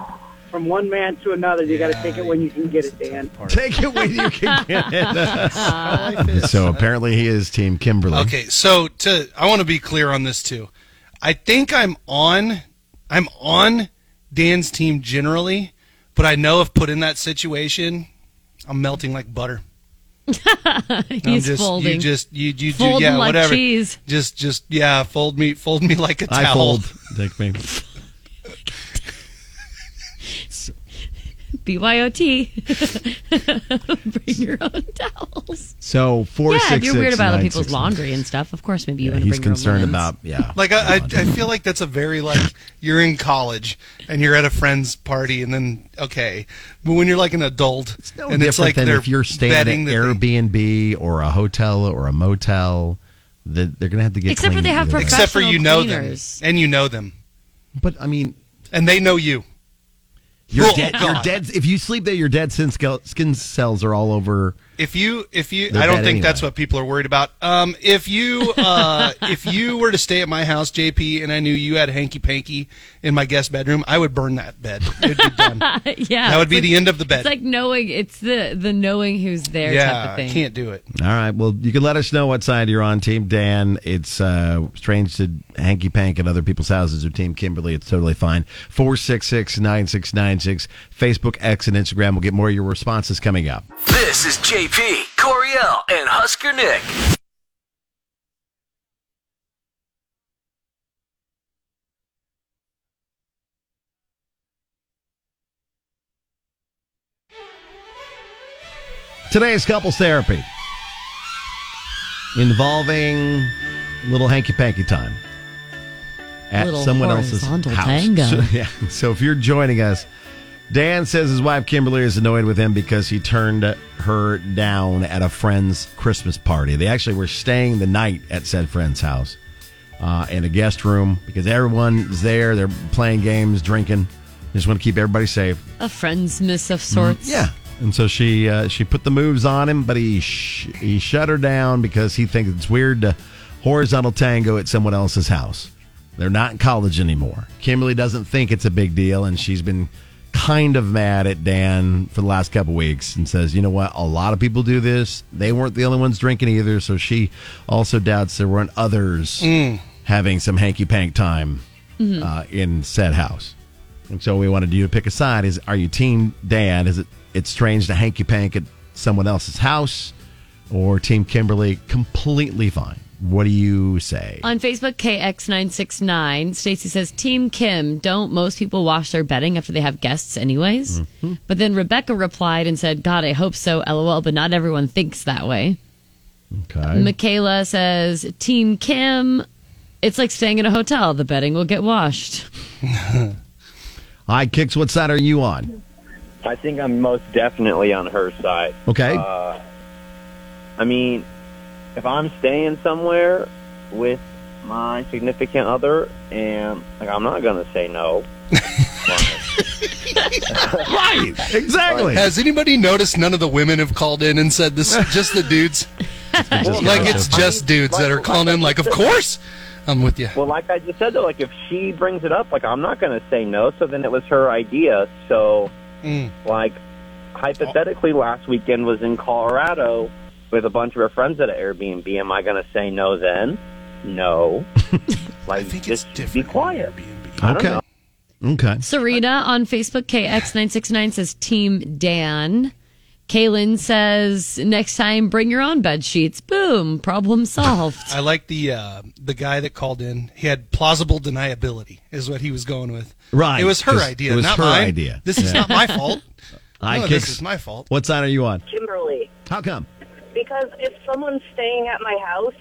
M: From one man to another, you got to take it when you can get it, Dan.
D: Take it when you can get it. so apparently he is Team Kimberly.
J: Okay, so to I want to be clear on this too. I think I'm on I'm on Dan's team generally, but I know if put in that situation, I'm melting like butter. I'm
K: He's
J: just,
K: folding.
J: You just you you
K: Folding
J: do yeah
K: like
J: whatever.
K: cheese.
J: Just just yeah, fold me fold me like a towel.
D: I fold. Take me.
K: BYOT. Bring your own towels.
D: So four
K: yeah, if
D: six
K: you're weird
D: six,
K: about other
D: nine,
K: people's
D: six, nine.
K: laundry and stuff, of course, maybe you
D: Yeah,
K: want to
D: he's
K: bring your own
D: concerned
K: linens.
D: about yeah.
J: Like I, I, I feel like that's a very like you're in college and you're at a friend's party and then okay, but when you're like an adult
D: No
J: and it's
D: different
J: like
D: than
J: they're
D: if you're staying at
J: betting
D: an
J: that
D: Airbnb or a hotel or a motel. that they're gonna have to get
K: Except for
D: clean
K: they have
D: either way.
J: except for you know them
K: cleaners.
J: and you know them
D: But I mean,
J: and they know you.
D: you're
J: Oh,
D: dead. You're
J: God.
D: dead. If you sleep there, your dead skin skel- skin cells are all over.
J: If you if you
D: They're
J: I don't
D: dead
J: think that's
D: anyway.
J: what people are worried about. Um, if you uh, if you were to stay at my house, JP, and I knew you had hanky panky in my guest bedroom, I would burn that bed. It'd be done.
K: yeah,
J: that would
K: it's
J: be
K: like-
J: the end of the bed.
K: It's like knowing it's the the knowing who's there type
J: yeah,
K: of thing.
J: I can't do it.
D: All right. Well, you can let us know what side you're on, Team Dan. It's uh, strange to hanky pank at other people's houses, or Team Kimberly. It's totally fine. 466 9696. Facebook, X, and Instagram. We'll get more of your responses coming up.
A: This is JP Coriel and Husker Nick.
D: Today is couples therapy involving little hanky panky time at
K: Little
D: someone else's
K: horizontal
D: house.
K: tango.
D: So, yeah. So if you're joining us, Dan says his wife Kimberly is annoyed with him because he turned her down at a friend's Christmas party. They actually were staying the night at said friend's house uh, in a guest room because everyone's there. They're playing games, drinking. Just want to keep everybody safe.
K: A friend's miss of sorts.
J: Mm,
D: Yeah. And so she uh, she put the moves on him, but he sh- he shut her down because he thinks it's weird to horizontal tango at someone else's house. They're not in college anymore. Kimberly doesn't think it's a big deal, and she's been kind of mad at Dan for the last couple weeks and says, you know what? A lot of people do this. They weren't the only ones drinking either. So she also doubts there weren't others having some hanky pank time uh, in said house. And so we wanted you to pick a side. Is are you team dad? Is it it's strange to hanky pank at someone else's house, or team Kimberly? Completely fine. What do you say?
K: On Facebook, KX969, Stacy says, Team Kim, don't most people wash their bedding after they have guests, anyways?
J: Mm-hmm.
K: But then Rebecca replied and said, God, I hope so, lol, but not everyone thinks that way.
D: Okay.
K: Michaela says, Team Kim, it's like staying in a hotel. The bedding will get washed.
D: All right, Kicks, what side are you on?
N: I think I'm most definitely on her side.
D: Okay.
N: Uh, I mean, if I'm staying somewhere with my significant other, and like I'm not gonna say no.
D: right. Exactly.
J: Has anybody noticed none of the women have called in and said this? Just the dudes. like it's just dudes that are calling in. Like, of course, I'm with you.
N: Well, like I just said though, like if she brings it up, like I'm not gonna say no. So then it was her idea. So, like hypothetically, last weekend was in Colorado with a bunch of her friends at an Airbnb. Am I gonna say no then? No. Like just be quiet. I don't
D: Okay.
N: know.
D: Okay.
K: Serena on Facebook, KX969 says, Team Dan. Kaylin says, next time bring your own bed sheets. Boom, problem solved.
J: I like the uh, the guy that called in. He had plausible deniability, is what he was going with.
D: Right.
J: It was her
D: 'Cause
J: idea,
D: it was
J: not
D: her
J: mine.
D: idea.
J: This is
D: Yeah.
J: not my fault.
D: All right,
J: no, this
D: Kix,
J: is my fault.
D: What side are you on?
O: Kimberly.
D: How come?
O: Because if someone's staying at my house,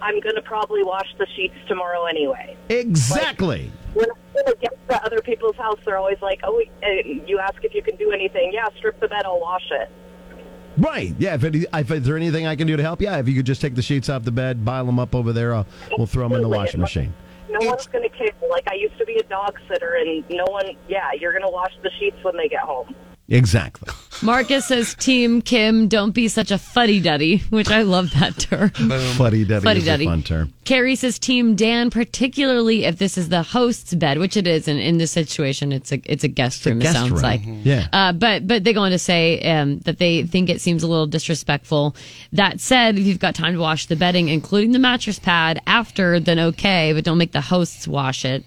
O: I'm going to probably wash the sheets tomorrow anyway.
D: Exactly.
O: When I get to other people's house, they're always like, oh, uh, you ask if you can do anything. Yeah, strip the bed, I'll wash it.
D: Right. Yeah. If, it, if is there anything I can do to help? Yeah. If you could just take the sheets off the bed, pile them up over there, uh, we'll throw them in the washing machine.
O: No one's going to care. Like, I used to be a dog sitter, and no one, yeah, you're going to wash the sheets when they get home.
D: Exactly.
K: Marcus says, Team Kim, don't be such a fuddy duddy, which I love that term.
D: Fuddy duddy is a
K: Fuddy-duddy.
D: fun term.
K: Carrie says, Team Dan, particularly if this is the host's bed, which it is, and in this situation, it's a it's a guest room.
D: guest
K: it sounds
D: room.
K: like,
D: Mhm. Yeah.
K: Uh, but but they go on to say um, that they think it seems a little disrespectful. That said, if you've got time to wash the bedding, including the mattress pad, after, then okay, but don't make the hosts wash it.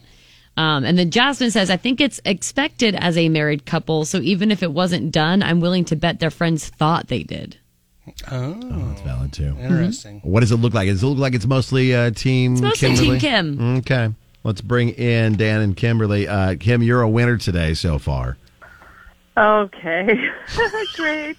K: Um, and then Jasmine says, I think it's expected as a married couple. So even if it wasn't done, I'm willing to bet their friends thought they did.
J: Oh,
D: that's valid too.
J: Interesting.
D: What does it look like? Does it look like it's mostly uh, team?
K: It's mostly Team
D: Kimberly?
K: Kim.
D: Okay. Let's bring in Dan and Kimberly. Uh, Kim, you're a winner today so far.
L: Okay. Great.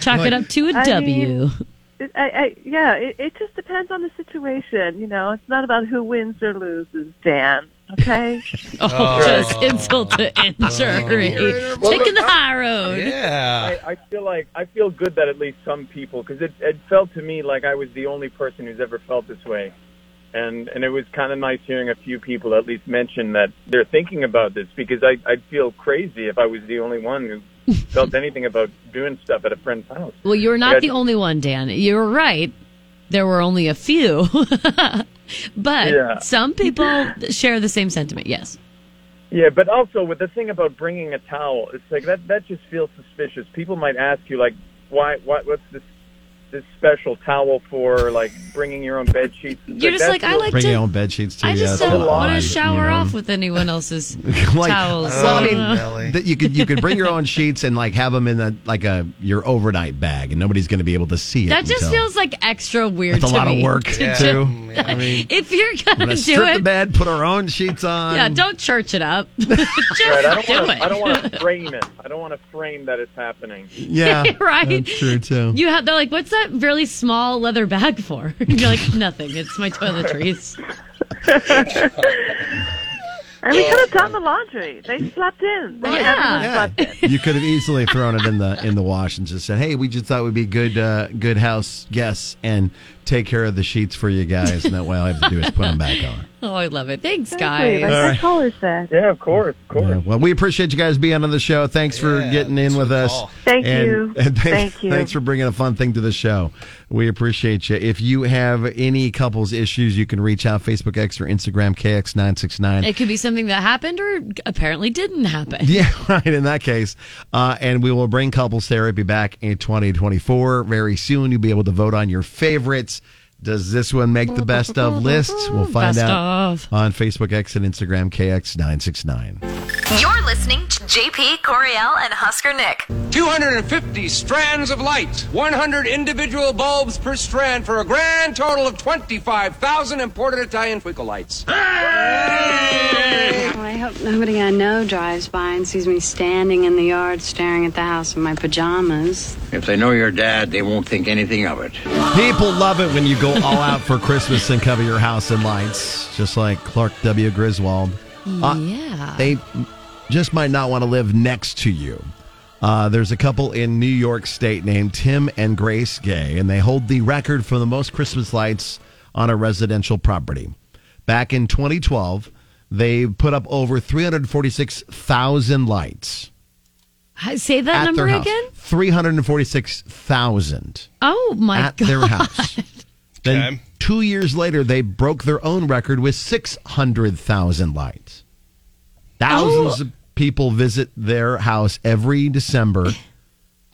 K: Chalk it up to a
L: I
K: W.
L: mean, it- I, I, yeah, it, it just depends on the situation. You know, it's not about who wins or loses, Dan. Okay?
K: Oh, just insult to
N: Oh.
K: injury.
L: Well,
K: Taking the
L: look,
K: high road.
N: I, I feel like I feel good that at least some people, because it, it felt to me like I was the only person who's ever felt this way, and and it was kind of nice hearing a few people at least mention that they're thinking about this because I I'd feel crazy if I was the only one who felt anything about doing stuff at a friend's house.
K: Well, you're not
N: Yeah.
K: the only one, Dan. You're right. There were only a few. but
N: Yeah.
K: some people share the same sentiment, yes.
N: Yeah, but also with the thing about bringing a towel, it's like that that just feels suspicious. People might ask you like, why, why what's this this special towel for? Like bringing your own bed sheets. It's
K: You're just
N: that
K: like, I
N: feels-
K: like
D: Bring
K: to-
D: your own bed sheets too.
K: I just
D: yeah, it's
K: don't
D: kinda
K: want
D: odd,
K: to shower
D: you know?
K: off with anyone else's
D: like,
K: towels.
D: well, I mean,
K: Uh,
D: that you could you could bring your own sheets and like have them in the like a your overnight bag, and nobody's going to be able to see it.
K: that just
D: until-
K: feels like extra weird
D: That's a
K: to
D: lot of
K: me
D: work,
K: to
D: Yeah.
K: ju-
D: too. Yeah, I mean,
K: if you're
D: We're
K: going
D: gonna
K: to do
D: strip the
K: it,
D: bed, put our own sheets on.
K: yeah, don't church it up. just
N: Right, I don't
K: do
N: wanna-
K: it.
N: I don't want to frame it. I don't want to frame that it's happening.
D: Yeah,
K: Right.
D: That's true too.
K: You have they're like, what's that really small leather bag for? You're like, nothing. It's my toiletries.
L: And we could have done the laundry. They slept in. They everyone
K: Yeah.
L: slept in.
D: You could have easily thrown it in the in the wash and just said, "Hey, we just thought we'd be good uh, good house guests and take care of the sheets for you guys, and that way all I have to do is put them back on."
K: Oh, I love it. Thanks,
L: Exactly,
K: guys.
L: Like,
D: All
L: I
D: right.
L: told us that.
N: Yeah, of course.
D: Yeah, well, we appreciate you guys being on the show. Thanks for getting in with us.
L: Thank
D: And-
L: you.
D: and thanks,
L: Thank you.
D: Thanks for bringing a fun thing to the show. We appreciate you. If you have any couples issues, you can reach out Facebook X or Instagram KX969.
K: It could be something that happened or apparently didn't happen.
D: Yeah, right. In that case, uh, and we will bring couples therapy back in 2024 very soon. You'll be able to vote on your favorites. Does this one make the best of lists? We'll find
P: Best
D: out
P: of.
D: on Facebook X and Instagram KX969.
P: You're listening to JP Coriel and Husker Nick.
Q: 250 strands of light, 100 individual bulbs per strand for a grand total of 25,000 imported Italian twinkle lights.
R: Well, Oh, I hope nobody I know drives by and sees me standing in the yard staring at the house in my pajamas.
S: If they know your dad, they won't think anything of it.
D: People love it when you go all out for Christmas and cover your house in lights, just like Clark W. Griswold. Uh,
K: Yeah.
D: they just might not want to live next to you. Uh, there's a couple in New York State named Tim and Grace Gay, and they hold the record for the most Christmas lights on a residential property. Back in 2012, they put up over 346,000 lights
K: Hi- Say that
D: at
K: number
D: their house.
K: again.
D: 346,000
K: Oh my
D: at
K: god.
D: their house. Then two years later, they broke their own record with 600,000 lights.
K: Oh.
D: Thousands of people visit their house every December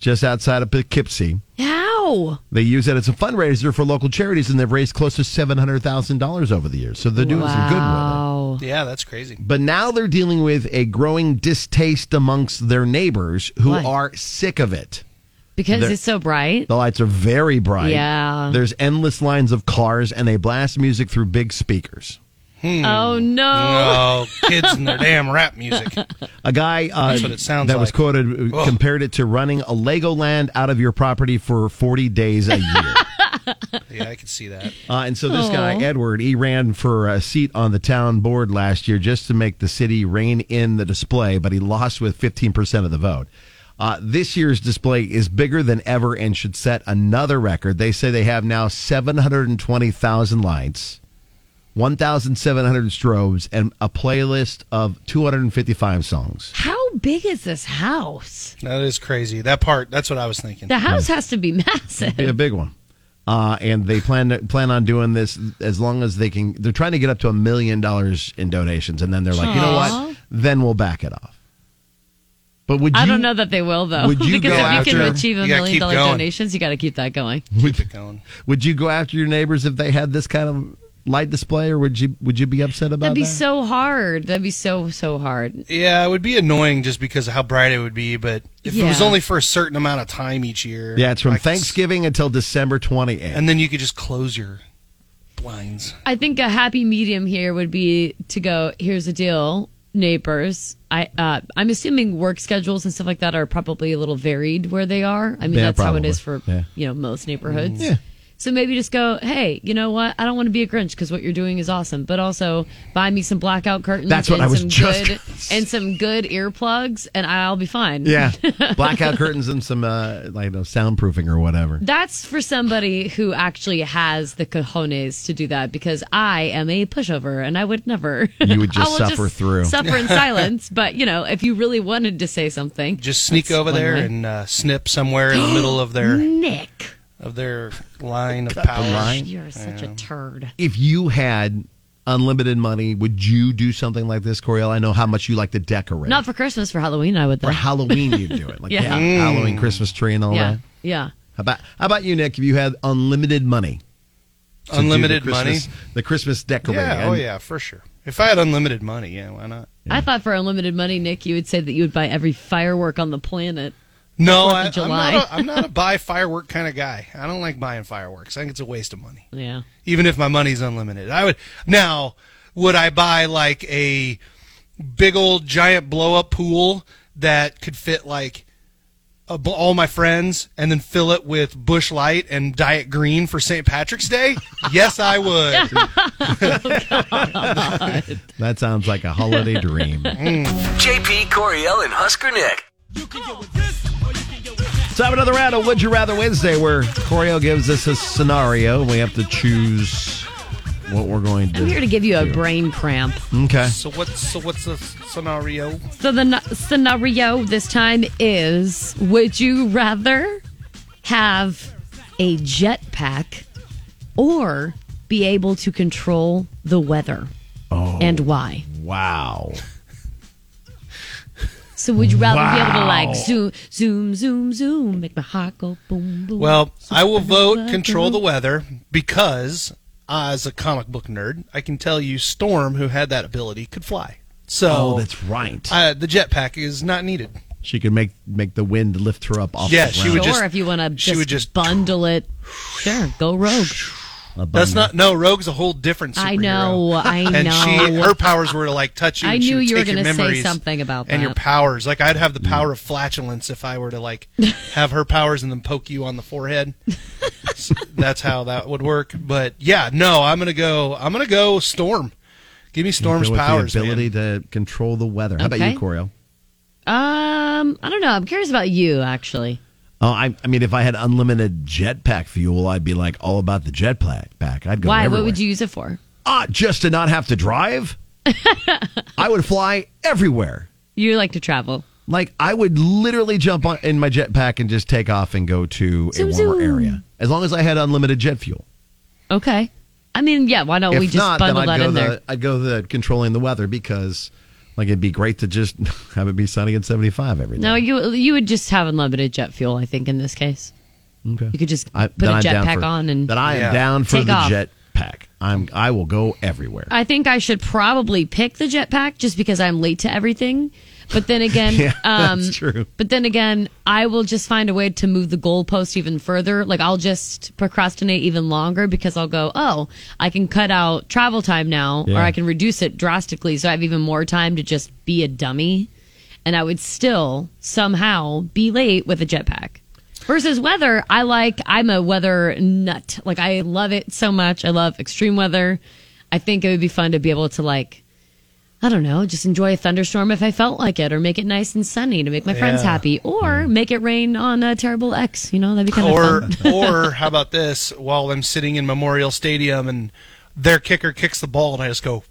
D: just outside of Poughkeepsie.
K: How?
D: They use it as a fundraiser for local charities, and they've raised close to $700,000 over the years. So they're doing some good with it.
K: Wow.
J: Yeah, that's crazy.
D: But now they're dealing with a growing distaste amongst their neighbors who
K: Why?
D: are sick of it.
K: Because
D: They're-
K: it's so bright.
D: The lights are very bright.
K: Yeah.
D: There's endless lines of cars and they blast music through big speakers. Mm.
K: Oh no.
J: No, kids and their damn rap music.
D: A guy uh,
J: That's what it sounds
D: that was
J: like.
D: quoted uh,
J: Ugh.
D: compared it to running a Legoland out of your property for 40 days a year.
J: Yeah, I can see that.
D: Uh, and so this guy,
J: Aw.
D: Edward, he ran for a seat on the town board last year just to make the city rein in the display, but he lost with 15% of the vote. Uh, this year's display is bigger than ever and should set another record. They say they have now 720,000 lights, 1,700 strobes, and a playlist of 255 songs.
K: How big is this house?
J: That is crazy. That part, that's what I was thinking.
D: Hmm.
K: The house has to be massive.
D: be a big one. Uh, and they plan to, plan on doing this as long as they can. They're trying to get up to a million dollars in donations, and then they're like, you know
K: Aw.
D: what? Then we'll back it off. But would you?
K: I don't know that they will though.
D: would you
K: because
D: go
K: if you
D: after-
K: can achieve a
D: You gotta
K: million
D: keep
K: dollar
D: going.
K: donations, you got to keep that going.
D: Would, would you go after your neighbors if they had this kind of light display, or would you would you be upset about
K: That'd be
D: that?
K: so hard. That'd be so so hard.
J: Yeah, it would be annoying just because of how bright it would be, but if it was
K: Yeah.
J: only for a certain amount of time each year.
D: yeah, it's from
J: like,
D: Thanksgiving until December twenty eighth.
J: And then you could just close your blinds.
K: I think a happy medium here would be to go. Here's the deal, neighbors. I uh, I'm assuming work schedules and stuff like that are probably a little varied where they are. I mean,
P: Yeah,
K: that's how it
P: probably.
K: is for
P: Yeah.
K: you know most neighborhoods.
P: Yeah.
K: So maybe just go. Hey, you know what? I don't want to be a Grinch because what you're doing is awesome. But also buy me some blackout curtains.
D: That's what
K: and
D: I was
K: some
D: just
K: good, and some good earplugs, and I'll be fine.
D: Yeah, blackout curtains and some uh, like you know, soundproofing or whatever.
K: That's for somebody who actually has the cojones to do that because I am a pushover and I would never.
D: You would just
K: I will
D: suffer through.
K: Suffer in silence. But, you know, if you really wanted to say something,
J: Just sneak
K: that's
J: over
K: one
J: there
K: way.
J: and uh, snip somewhere in the middle of their
K: Nick.
J: of their line of
D: Cut the
J: power.
D: line.
K: You're such a turd.
D: if you had unlimited money, would you do something like this, Coriel? I know how much you like to decorate.
K: Not for Christmas, for Halloween, I would. Though.
D: For Halloween, you do it like
K: Yeah.
D: yeah.
K: Mm.
D: Halloween Christmas tree and all
K: yeah.
D: that.
K: Yeah.
D: How about how about you, Nick? If you had unlimited money, to do the
J: Unlimited
D: Christmas-
J: money?
D: the Christmas decorating.
J: Yeah, oh yeah, for sure. If I had unlimited money, yeah, why not?
K: I thought for unlimited money, Nick, you would say that you would buy every firework on the planet.
J: No,
K: Fourth of
J: I, I'm,
K: July.
J: not a, I'm not a buy firework kind of guy. I don't like buying fireworks. I think it's a waste of money.
K: Yeah.
J: Even if my money's unlimited, I would. Now, would I buy like a big old giant blow up pool that could fit like a, bl- all my friends, and then fill it with Bush Light and Diet Green for St. Patrick's Day? yes, I would.
D: That sounds like a holiday dream.
J: Mm.
A: JP Coriel and Husker Nick.
D: So have another round of Would You Rather Wednesday, where Coriel gives us a scenario. We have to choose what we're going to.
K: I'm here to
D: do.
K: give you a brain cramp.
D: Okay.
J: So what's so what's the scenario?
K: So the n- scenario this time is: Would you rather have a jetpack or be able to control the weather?
D: Oh.
K: And why?
D: Wow.
K: So would you rather be able to
J: Wow.
K: like zoom, zoom, zoom, zoom, make my heart go boom, boom?
J: Well, I will vote
K: Superstar
J: control the
K: girl.
J: weather because as a comic book nerd, I can tell you Storm, who had that ability, could fly. So
D: Oh, that's right.
J: Uh, the jetpack is not needed.
D: She could make make the wind lift her up off.
J: Yeah,
D: the
J: she
D: ground.
J: would just-
K: Or if you want to
J: she
K: just,
J: would
K: bundle it, sure, go rogue.
D: A
J: That's
D: bundle.
J: not no. Rogue's a whole different. Superhero.
K: I know, I
J: And she,
K: know.
J: her powers were to like touch you.
K: I
J: and she
K: knew
J: would
K: you were
J: take your
K: gonna say
J: memories
K: something about
J: and your
K: that.
J: powers. Like I'd have the power of flatulence if I were to like have her powers and then poke you on the forehead. So that's how that would work. But yeah, no, I'm gonna go. I'm gonna go Storm. Give me
D: Go
J: Storm's
D: with
J: powers,
D: The
J: man.
D: ability to control the weather. How about
K: Okay.
D: you, Corio?
K: Um, I don't know. I'm curious about you actually.
D: Oh, I, I mean, if I had unlimited jetpack fuel, I'd be like all about the jetpack. Pack. I'd go.
K: Why?
D: Everywhere.
K: What would you use it for?
D: Ah, just to not have to drive. I would fly everywhere.
K: You like to travel.
D: Like I would literally jump on in my jetpack and just take off and go to a
K: Zoom,
D: warmer
K: zoom.
D: area. As long as I had unlimited jet fuel.
K: Okay. I mean, yeah. Why don't
D: if
K: Oh, we just
D: not,
K: bundle
D: then I'd
K: that
D: go
K: in
D: the
K: there?
D: I'd go the controlling the weather because like it'd be great to just have it be sunny and seventy five every day.
K: No, you you would just have unlimited jet fuel. I think in this case,
D: Okay.
K: you could just
D: I,
K: put a
D: I'm down
K: jetpack
D: for-
K: on and
D: then I am down for
K: take
D: the
K: off.
D: jet pack. I'm I will go everywhere.
K: I think I should probably pick the jetpack just because I'm late to everything. But then again,
D: Yeah,
K: um,
D: that's true.
K: But then again, I will just find a way to move the goalpost even further. Like I'll just procrastinate even longer because I'll go, oh, I can cut out travel time now,
T: Yeah.
K: or I can reduce it drastically, so I have even more time to just be a dummy, and I would still somehow be late with a jetpack. Versus weather, I like. I'm a weather nut. Like I love it so much. I love extreme weather. I think it would be fun to be able to like I don't know, just enjoy a thunderstorm if I felt like it, or make it nice and sunny to make my friends
J: Yeah.
K: happy, or make it rain on a terrible ex. You know, that'd be kind
J: or
K: of fun.
J: or how about this? While I'm sitting in Memorial Stadium and their kicker kicks the ball and I just go,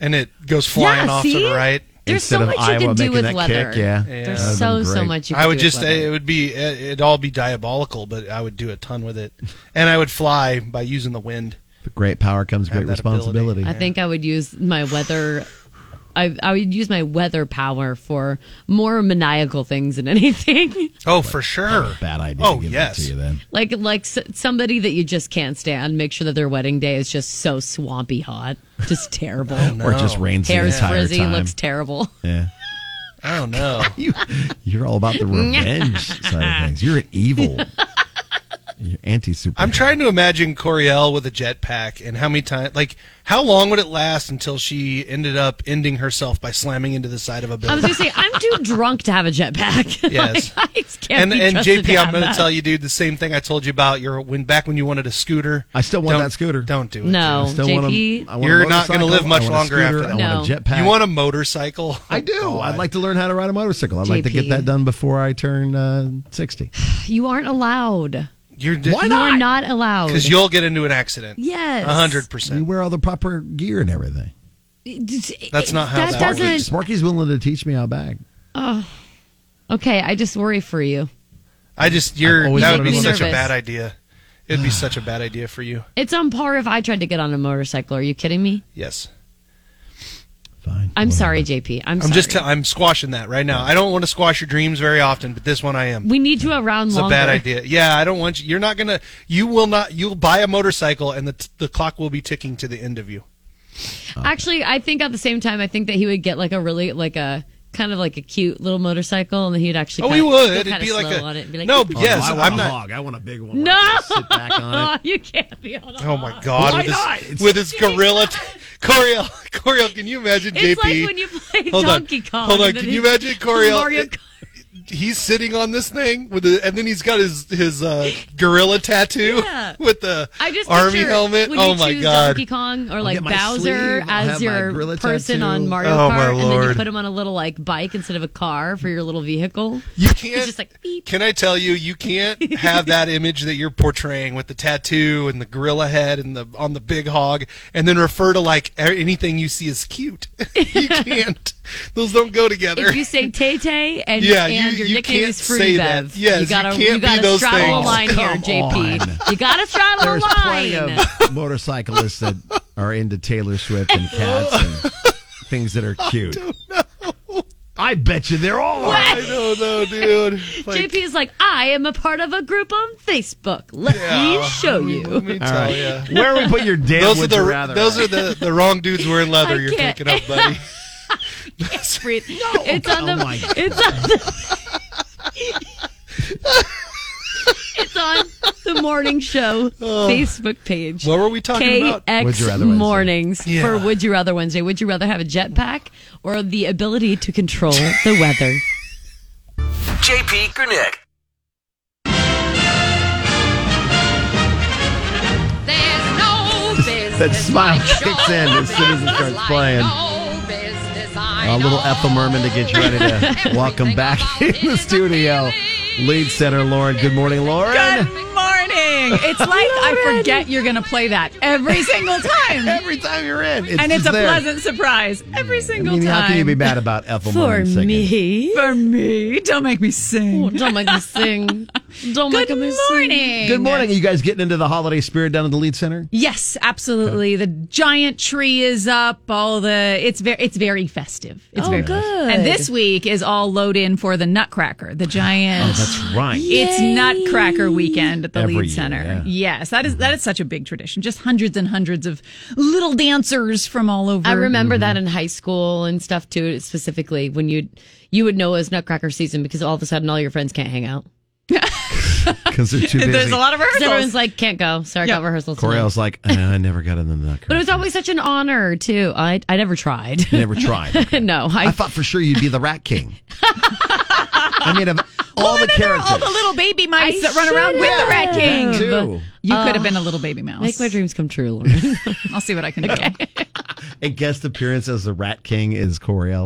J: and it goes flying
K: Yeah,
J: off to
K: see?
J: the right.
K: There's so Instead of much you could Iowa do making with that weather. kick, yeah. There's That'd so, been so great. much you
J: I
K: could
J: would
K: do with
J: just
K: weather.
J: it would be it- it'd all be diabolical, but I would do a ton with it, and I would fly by using the wind.
D: But great power comes
J: Have
D: great
J: that
D: responsibility.
K: I think I would use my weather. I, I would use my weather power for more maniacal things than anything.
J: Oh, for sure.
D: Bad idea.
J: Oh
D: to give
J: yes.
D: That to you then.
K: like like s- somebody that you just can't stand. Make sure that their wedding day is just so swampy hot, just terrible,
D: Or it just rains the
K: Hair's
D: entire
K: frizzy,
D: time.
K: looks terrible.
D: Yeah.
J: I don't know.
D: you, you're all about the revenge side of things. You're an evil. You're anti-super.
J: I'm trying to imagine Coriel with a jetpack and how many times, like, how long would it last until she ended up ending herself by slamming into the side of a
K: I was
J: building?
K: gonna say I'm too drunk to have a jetpack.
J: Yes.
K: Like, I just can't
J: and
K: be
J: and
K: trusted
J: JP,
K: to
J: I'm
K: have
J: going to
K: that.
J: tell you, dude, the same thing I told you about your when back when you wanted a scooter.
D: I still want
J: Don't-
D: that scooter.
J: Don't do it.
K: No,
J: dude.
D: still want a-
K: JP.
D: I want a
J: You're not going to
D: motorcycle,
J: live much
D: I want a
J: longer after that.
D: scooter, I want a No. jetpack.
J: You Oh, want a motorcycle?
D: I do. I'd like to learn how to ride a motorcycle. I'd like to
K: JP.
D: get that done before I turn uh, 60.
K: You aren't allowed.
J: You're
K: you are not allowed.
J: Because you'll get into an accident.
K: Yes.
J: A hundred percent.
D: You wear all the proper gear and everything.
J: That's not how
K: that,
J: that
K: doesn't.
J: works.
D: Smarky's willing to teach me how back.
K: Oh. Okay, I just worry for you.
J: I just you're
D: I've always
J: that would
D: wanted
J: be
K: to
J: such a
K: learn.
J: bad idea. It'd be such a bad idea for you.
K: It's on par if I tried to get on a motorcycle. Are you kidding me?
J: Yes.
K: I'm sorry, JP. I'm,
J: I'm
K: sorry.
J: just i I'm squashing that right now. I don't want to squash your dreams very often, but this one I am.
K: we need to around
J: It's a
K: longer.
J: bad idea. Yeah, I don't want you. You're not gonna. You will not. You'll buy a motorcycle, and the t- the clock will be ticking to the end of you.
K: Actually, I think at the same time, I think that he would get like a really like a kind of like a cute little motorcycle, and then he would actually.
J: Oh,
K: kinda,
J: he would.
K: go
J: It'd
K: kinda
J: be like
K: slow
J: a-
K: on it and be like,
J: no, yes,
D: Oh, I want
J: I'm
D: a
J: not-
D: hog. I want a big one. where I
K: No,
D: can sit back on it.
K: you can't be on. A
J: Oh my god!
K: Why
J: with his,
K: not? It's-
J: with his gorilla, t- Coriel. Coriel, can you imagine
K: It's
J: JP?
K: like when you play
J: Hold on.
K: Donkey Kong.
J: Hold on,
K: and then
J: can you
K: he-
J: imagine Coriel-
K: Mario Kart.
J: He's sitting on this thing with, the, and then he's got his his uh, gorilla tattoo
K: Yeah.
J: with the
K: I just
J: army
K: picture
J: helmet.
K: When you
J: Oh my
K: choose
J: god!
K: Donkey Kong or
J: I'll
K: like
J: get my
K: Bowser
J: sleeve, I'll
K: as
J: have my
K: your
J: gorilla
K: person
J: tattoo.
K: on Mario
J: Oh, my
K: Kart, and then you
J: lord.
K: put him on a little like bike instead of a car for your little vehicle.
J: You can't.
K: just
J: Can I tell you? You can't have that image that you're portraying with the tattoo and the gorilla head and the on the big hog, and then refer to like a- anything you see as cute. you can't. Those don't go together.
K: If you say Tay Tay and,
J: Yeah,
K: and
J: you-
K: your
J: you
K: nickname
J: can't
K: is Fruity
J: say that.
K: Bev,
J: Yes,
K: you gotta
J: you can't
K: you gotta
J: be those
K: straddle
J: things.
K: a line
J: Oh,
K: here,
J: come
K: JP. You gotta straddle
D: There's
K: a
D: plenty
K: line.
D: of motorcyclists that are into Taylor Swift and cats and things that are cute. I bet you they're all.
K: What?
J: I don't know, dude. Like,
K: JP is like, I am a part of a group on Facebook. Let me show you.
D: All right. Where we put your damn
J: those are
D: would
J: the
D: you rather
J: those
D: at?
J: are the, the wrong dudes wearing leather
K: I
J: you're
K: can't-
J: thinking of, buddy.
K: Can't breathe. It's on the.
J: Oh my God.
K: It's on the. it's on the morning show Facebook page.
J: What were we talking about? Would You
K: KX
J: Rather Wednesday.
K: mornings
J: Yeah.
K: for Would You Rather Wednesday. Would you rather have a jetpack or the ability to control the weather?
A: JP Gernick.
D: That smile kicks in as soon as it starts playing. A little Ethel Merman to get you ready to welcome back in the studio. Lead center Lauren. Good morning, Lauren.
T: morning. It's like I forget you're going to play that every single time.
D: every time you're in. It's
T: and it's
D: just
T: a
D: there.
T: pleasant surprise every
D: I
T: single
D: mean,
T: time.
D: how can you be mad about Ethel Merman singing?
K: me. Oh,
T: For me. Don't make me sing.
K: don't make me sing. Don't
T: Good
K: make me sing.
T: morning.
D: Good morning. Are you guys getting into the holiday spirit down at the lead center?
T: Yes, absolutely. The giant tree is up. All the it's very it's very festive. It's
K: Oh,
T: very
K: good.
T: And this week is all load in for the Nutcracker, the giant.
D: Oh, that's right.
T: It's Nutcracker weekend at the
D: Every
T: Lead
D: year,
T: Center.
D: yeah. Mm-hmm.
T: Yes, that is that is such a big tradition. Just hundreds and hundreds of little dancers from all over.
K: I remember that
D: Mm-hmm.
K: in high school and stuff too, specifically when you you would know it was Nutcracker season because all of a sudden all your friends can't hang out.
D: Because they're too busy.
T: of
K: Because
T: rehearsals.
K: Everyone's like, can't go. Sorry, I got rehearsals. tonight."
D: Coriel's like, uh, I never got in the knuckle.
K: But it was always such an honor too. I I never tried.
D: You never tried.
K: no, I,
D: I thought for sure you'd be the rat king. I mean, of all the characters.
T: all the little baby mice
K: I
T: that run around with the Rat King.
D: That too.
T: You
K: Uh,
T: could have been a little baby mouse.
K: make my dreams come true, Lauren.
T: I'll see what I can do.
D: A guest appearance as the rat king is Coriel.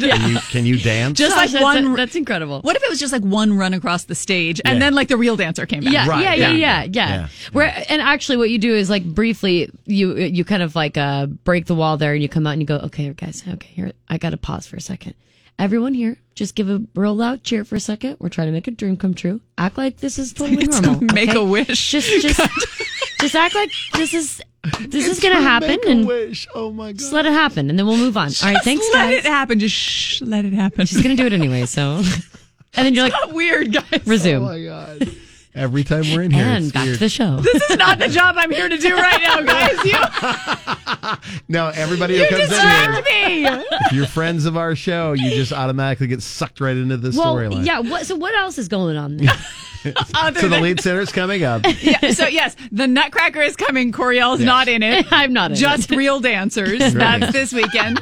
D: Can you, can you dance?
T: Just like
K: Gosh, that's-
T: one.
K: that's incredible.
T: What if it was just like one run across the stage and
D: Yeah.
T: then like the real dancer came back?
K: Yeah,
D: Right,
K: yeah, yeah,
D: yeah.
K: yeah, yeah,
D: Yeah.
K: Where and actually, what you do is like briefly, you you kind of like uh break the wall there, and you come out and you go, okay, guys, okay, here I got to pause for a second. Everyone here, just give a real loud cheer for a second. We're trying to make a dream come true. Act like this is totally
T: It's a
K: normal.
T: make
K: okay?
T: a wish.
K: Just just just act like this is this is gonna happen, and
D: wish. Oh my
K: just let it happen, and then we'll move on. All right, thanks,
T: Just let it
K: guys.
T: happen. Just shh, let it happen.
K: She's gonna do it anyway, so. And then you're like,
T: Not weird, guys.
K: resume.
D: Oh god! Every time we're in here,
K: and
D: it's
K: back
D: weird.
K: to the show.
T: This is not the job I'm here to do right now, guys. You,
D: no, everybody
T: you
D: who comes in here,
T: distract me.
D: if you're friends of our show, you just automatically get sucked right into this
K: well,
D: storyline.
K: yeah. What, so what else is going on? There?
T: Other
D: So the
T: than-
D: lead center's coming up.
T: yeah, so yes, the Nutcracker is coming. Coriel's not in it.
K: I'm not in
T: Just real dancers. That's
D: Right.
T: this weekend.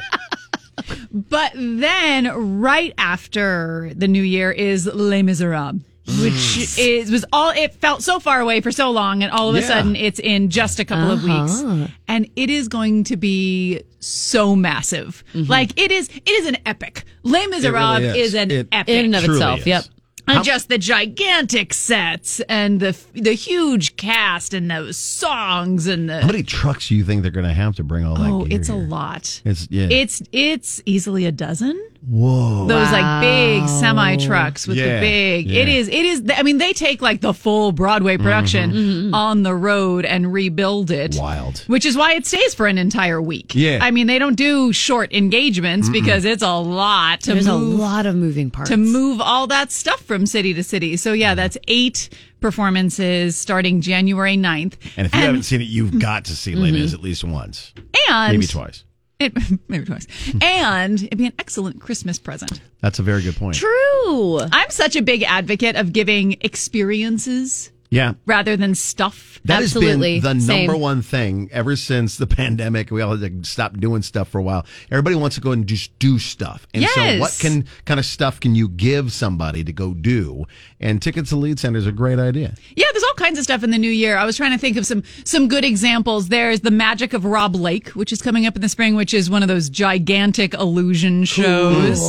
T: But then, right after the new year is Les Miserables,
K: Mm.
T: which is was all it felt so far away for so long, and all of a
D: Yeah.
T: sudden it's in just a couple of
K: Uh-huh.
T: weeks, and it is going to be so massive.
K: Mm-hmm.
T: Like it is, it is an epic. Les Miserables
D: really is.
T: is. an
D: It-
T: epic
K: in and of
D: Truly
K: itself.
D: is.
K: Yep.
T: and
D: How-
T: just the gigantic sets and the the huge cast and those songs and
D: How
T: the
D: many trucks do you think they're going to have to bring all that?
T: oh,
D: gear
T: it's a
D: here?
T: lot.
D: It's yeah.
T: It's it's easily a dozen.
D: whoa.
T: Those like big
K: Wow.
T: semi trucks with the
D: Yeah,
T: big. It
D: yeah. Mm-hmm.
T: is it is. I mean, they take like the full Broadway production
K: Mm-hmm.
T: on the road and rebuild it.
D: Wild.
T: Which is why it stays for an entire week.
D: Yeah.
T: I mean, they don't do short engagements because it's a lot to
K: There's
T: move
K: a lot of moving parts.
T: to move all that stuff from city to city. So
D: Mm-hmm.
T: yeah, that's eight performances starting January 9th.
D: And if you haven't seen it, you've got to see Les Mis at least once,
T: and
D: maybe twice. Hmm.
T: It, maybe twice. and it'd be an excellent Christmas present.
D: That's a very good point.
K: True.
T: I'm such a big advocate of giving experiences
D: Yeah.
T: rather than stuff.
D: That has
K: Absolutely.
D: been the
K: Same.
D: number one thing ever since the pandemic. We all had to stop doing stuff for a while. Everybody wants to go and just do stuff. And so,
T: Yes.
D: what can kind of stuff can you give somebody to go do? And tickets to lead center is a great idea.
T: Yeah, there's all kinds of stuff in the new year. I was trying to think of some some good examples. There's the Magic of Rob Lake, which is coming up in the spring, which is one of those gigantic illusion shows.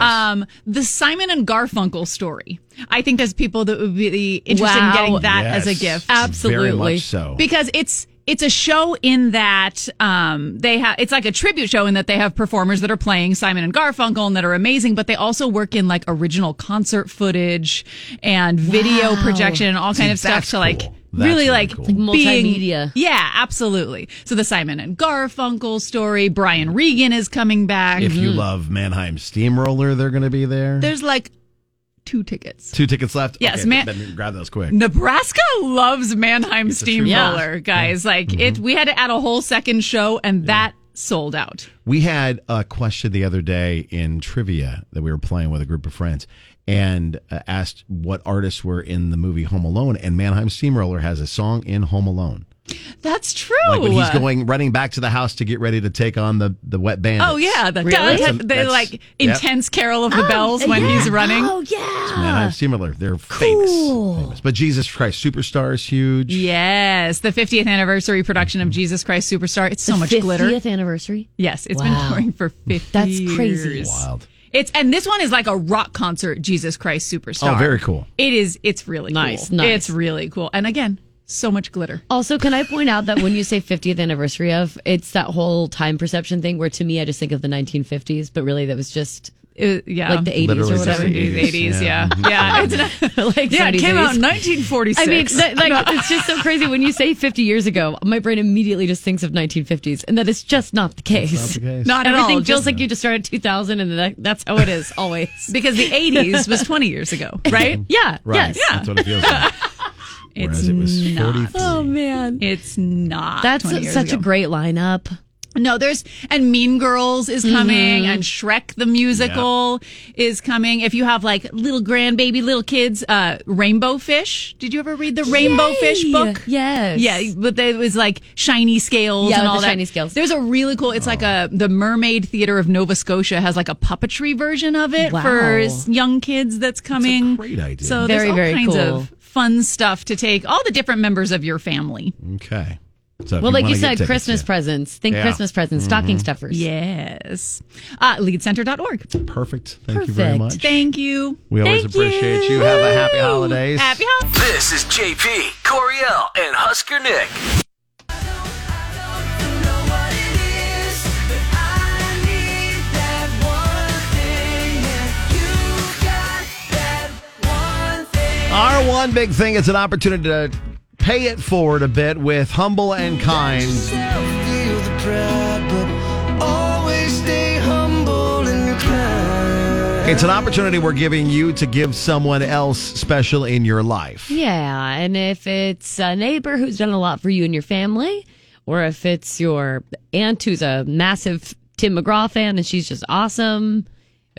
T: Um, the Simon and Garfunkel story. I think there's people that would be interested
K: Wow.
T: in getting that as a
D: Yes,
T: gift.
D: Very
K: Absolutely.
D: much so.
T: Because it's it's a show in that um, they have it's like a tribute show in that they have performers that are playing Simon and Garfunkel and that are amazing, but they also work in like original concert footage and video
K: Wow.
T: projection and all kind of stuff
D: that's
T: to like
D: cool. That's
T: really
D: really
T: like,
D: cool.
T: being-
K: multimedia.
T: yeah, absolutely. So the Simon and Garfunkel story, Brian Regan is coming back.
D: If you love Mannheim Steamroller, they're going to be there.
T: Mm-hmm. There's like two tickets.
D: Two tickets left.
T: Yes,
D: okay,
T: man-
D: then grab those quick.
T: Nebraska loves Mannheim Steamroller,
D: Yeah. Mm-hmm.
T: guys. Like it, we had to add a whole second show, and that sold out.
D: We had a question the other day in trivia that we were playing with a group of friends and uh, asked what artists were in the movie Home Alone. And Mannheim Steamroller has a song in Home Alone.
T: That's true.
D: Like when he's going running back to the house to get ready to take on the, the wet bandits.
T: oh yeah, the,
D: That's a-
T: the,
D: that's-
T: like
D: yep.
T: intense Ah. carol of the
K: Oh,
T: bells when
K: yeah.
T: he's running.
K: Oh yeah.
D: Mannheim Steamroller. They're famous, famous. But Jesus Christ, Superstar is huge.
T: Yes, the 50th anniversary production of Jesus Christ Superstar. It's so much glitter.
K: 50th anniversary.
T: Yes, it's
K: Wow.
T: been touring for 50
K: That's crazy.
T: years.
D: Wild.
T: It's and this one is like a rock concert Jesus Christ Superstar.
D: Oh, very cool.
T: It is it's really
K: Nice,
T: cool.
K: nice.
T: It's really cool. And again, so much glitter.
K: Also, can I point out that when you say 50th anniversary of, it's that whole time perception thing where to me I just think of the 1950s, but really that was just
T: It- Uh, yeah.
K: like the 80s
D: Literally
K: or whatever.
D: just the 80s,
T: 80s, yeah.
D: yeah.
T: Yeah, it's not,
K: Like
T: yeah it came out in
K: 70s.
T: 1946.
K: I mean, that, like it's just so crazy when you say 50 years ago, my brain immediately just thinks of 1950s, and that is just not the case.
D: the case.
T: Not at all,
K: everything feels
T: just-
K: like you just started 2000, and that, that's how it is always.
T: because the 80s was 20 years ago, right?
K: yeah,
D: Right.
K: yes,
D: That's what it feels like. Whereas it was 43.
K: Oh man,
T: It's not.
K: that's
T: 20 years
K: such
T: ago.
K: a great lineup.
T: No, there's and Mean Girls is coming
K: Mm-hmm.
T: and Shrek the musical is coming. If you have like little grandbaby, little kids, uh, Rainbow Fish. Did you ever read the Rainbow
K: Yay!
T: Fish book?
K: Yes.
T: Yeah, but it was like shiny scales
K: Yeah,
T: and
K: with
T: all
K: the
T: that.
K: shiny scales. Oh.
T: There's a really cool. It's like a the Mermaid Theater of Nova Scotia has like a puppetry version of it
K: Wow.
T: for s- young kids. That's coming.
D: great idea.
T: So
K: Very,
T: there's all
K: very
T: kinds
K: cool.
T: of fun stuff to take. All the different members of your family.
D: Okay. So if
K: Well, like
D: wanna
K: you
D: get
K: said,
D: tickets,
K: Christmas
D: yeah. Mm-hmm.
K: presents. Think
D: Yeah.
K: Christmas presents, stocking stuffers.
T: Yes. Uh, leadcenter.org.
D: Perfect. Thank you very
K: Perfect.
D: much.
T: Thank you.
D: We always
T: Thank
D: appreciate you. Have a happy holidays.
T: Happy holidays.
A: This is JP, Coriel, and Husker Nick.
D: Our one big thing is an opportunity to pay it forward a bit with humble and kind. It's an opportunity we're giving you to give someone else special in your life.
K: Yeah, and if it's a neighbor who's done a lot for you and your family, or if it's your aunt who's a massive Tim McGraw fan and she's just awesome,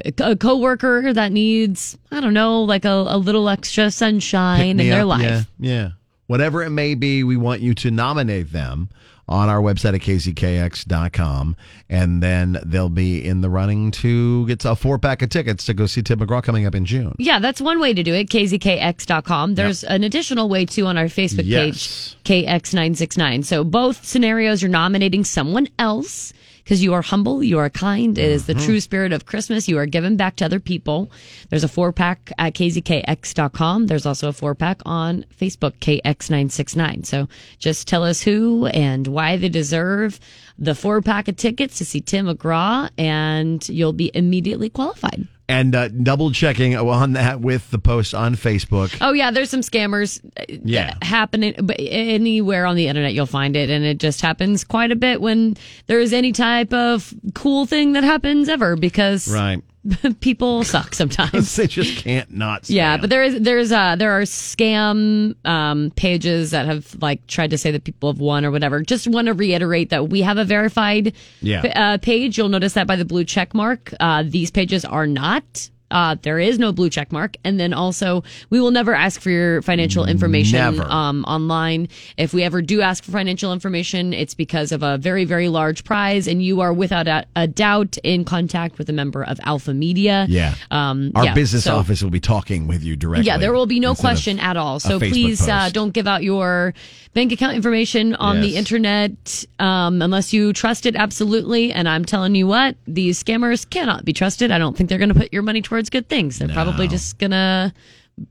K: a co- a coworker that needs I don't know, like a, a little extra
D: Pick
K: sunshine in
D: me
K: their
D: up,
K: life.
D: Yeah, yeah. Whatever it may be, we want you to nominate them on our website at kckx.com. And then they'll be in the running to get a four pack of tickets to go see Tim McGraw coming up in June.
K: Yeah, that's one way to do it. KZKX.com. There's an additional way too on our Facebook
D: Yes.
K: page, KX969. So both scenarios, you're nominating someone else because you are humble, you are kind. It is the true spirit of Christmas. You are giving back to other people. There's a four pack at KZKX.com. There's also a four pack on Facebook, KX969. So just tell us who and why they deserve the four pack of tickets to see Tim McGraw, and you'll be immediately qualified.
D: and uh, double checking on that with the post on Facebook.
K: Oh yeah, there's some scammers. uh,
D: Yeah.
K: happening but anywhere on the internet you'll find it, and it just happens quite a bit when there is any type of cool thing that happens ever because
D: Right,
K: people suck sometimes.
D: they just can't not. Spam.
K: Yeah, but there is there's uh there are scam um pages that have like tried to say that people have won or whatever. Just want to reiterate that we have a verified
D: Yeah.
K: p- uh, page. You'll notice that by the blue check mark. Uh, these pages are not. Uh, there is no blue check mark, and then also we will never ask for your financial information
D: Never.
K: um, online. If we ever do ask for financial information, it's because of a very very large prize, and you are without a, a doubt in contact with a member of Alpha Media.
D: yeah.
K: Um,
D: Our
K: yeah,
D: business
K: so-
D: office will be talking with you directly.
K: yeah, there will be no
D: instead of
K: question at all.
D: a
K: So
D: Facebook
K: please uh,
D: post.
K: don't give out your bank account information on the
D: Yes.
K: internet um, unless you trust it absolutely. And I'm telling you what, these scammers cannot be trusted. I don't think they're going to put your money towards good things. They're probably just going to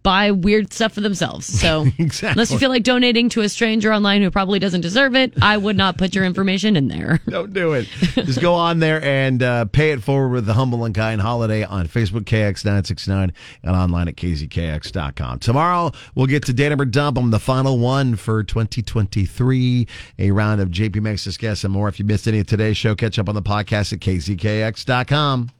K: buy weird stuff for themselves. So
D: Exactly.
K: unless you feel like donating to a stranger online who probably doesn't deserve it, I would not put your information in there.
D: Don't do it. Just go on there and uh, pay it forward with the Humble and Kind Holiday on Facebook, KX969, and online at KZKX.com. Tomorrow, we'll get to day number dump. I'm the final one for 2023. A round of JP Max's Guess and more. If you missed any of today's show, catch up on the podcast at KZKX.com.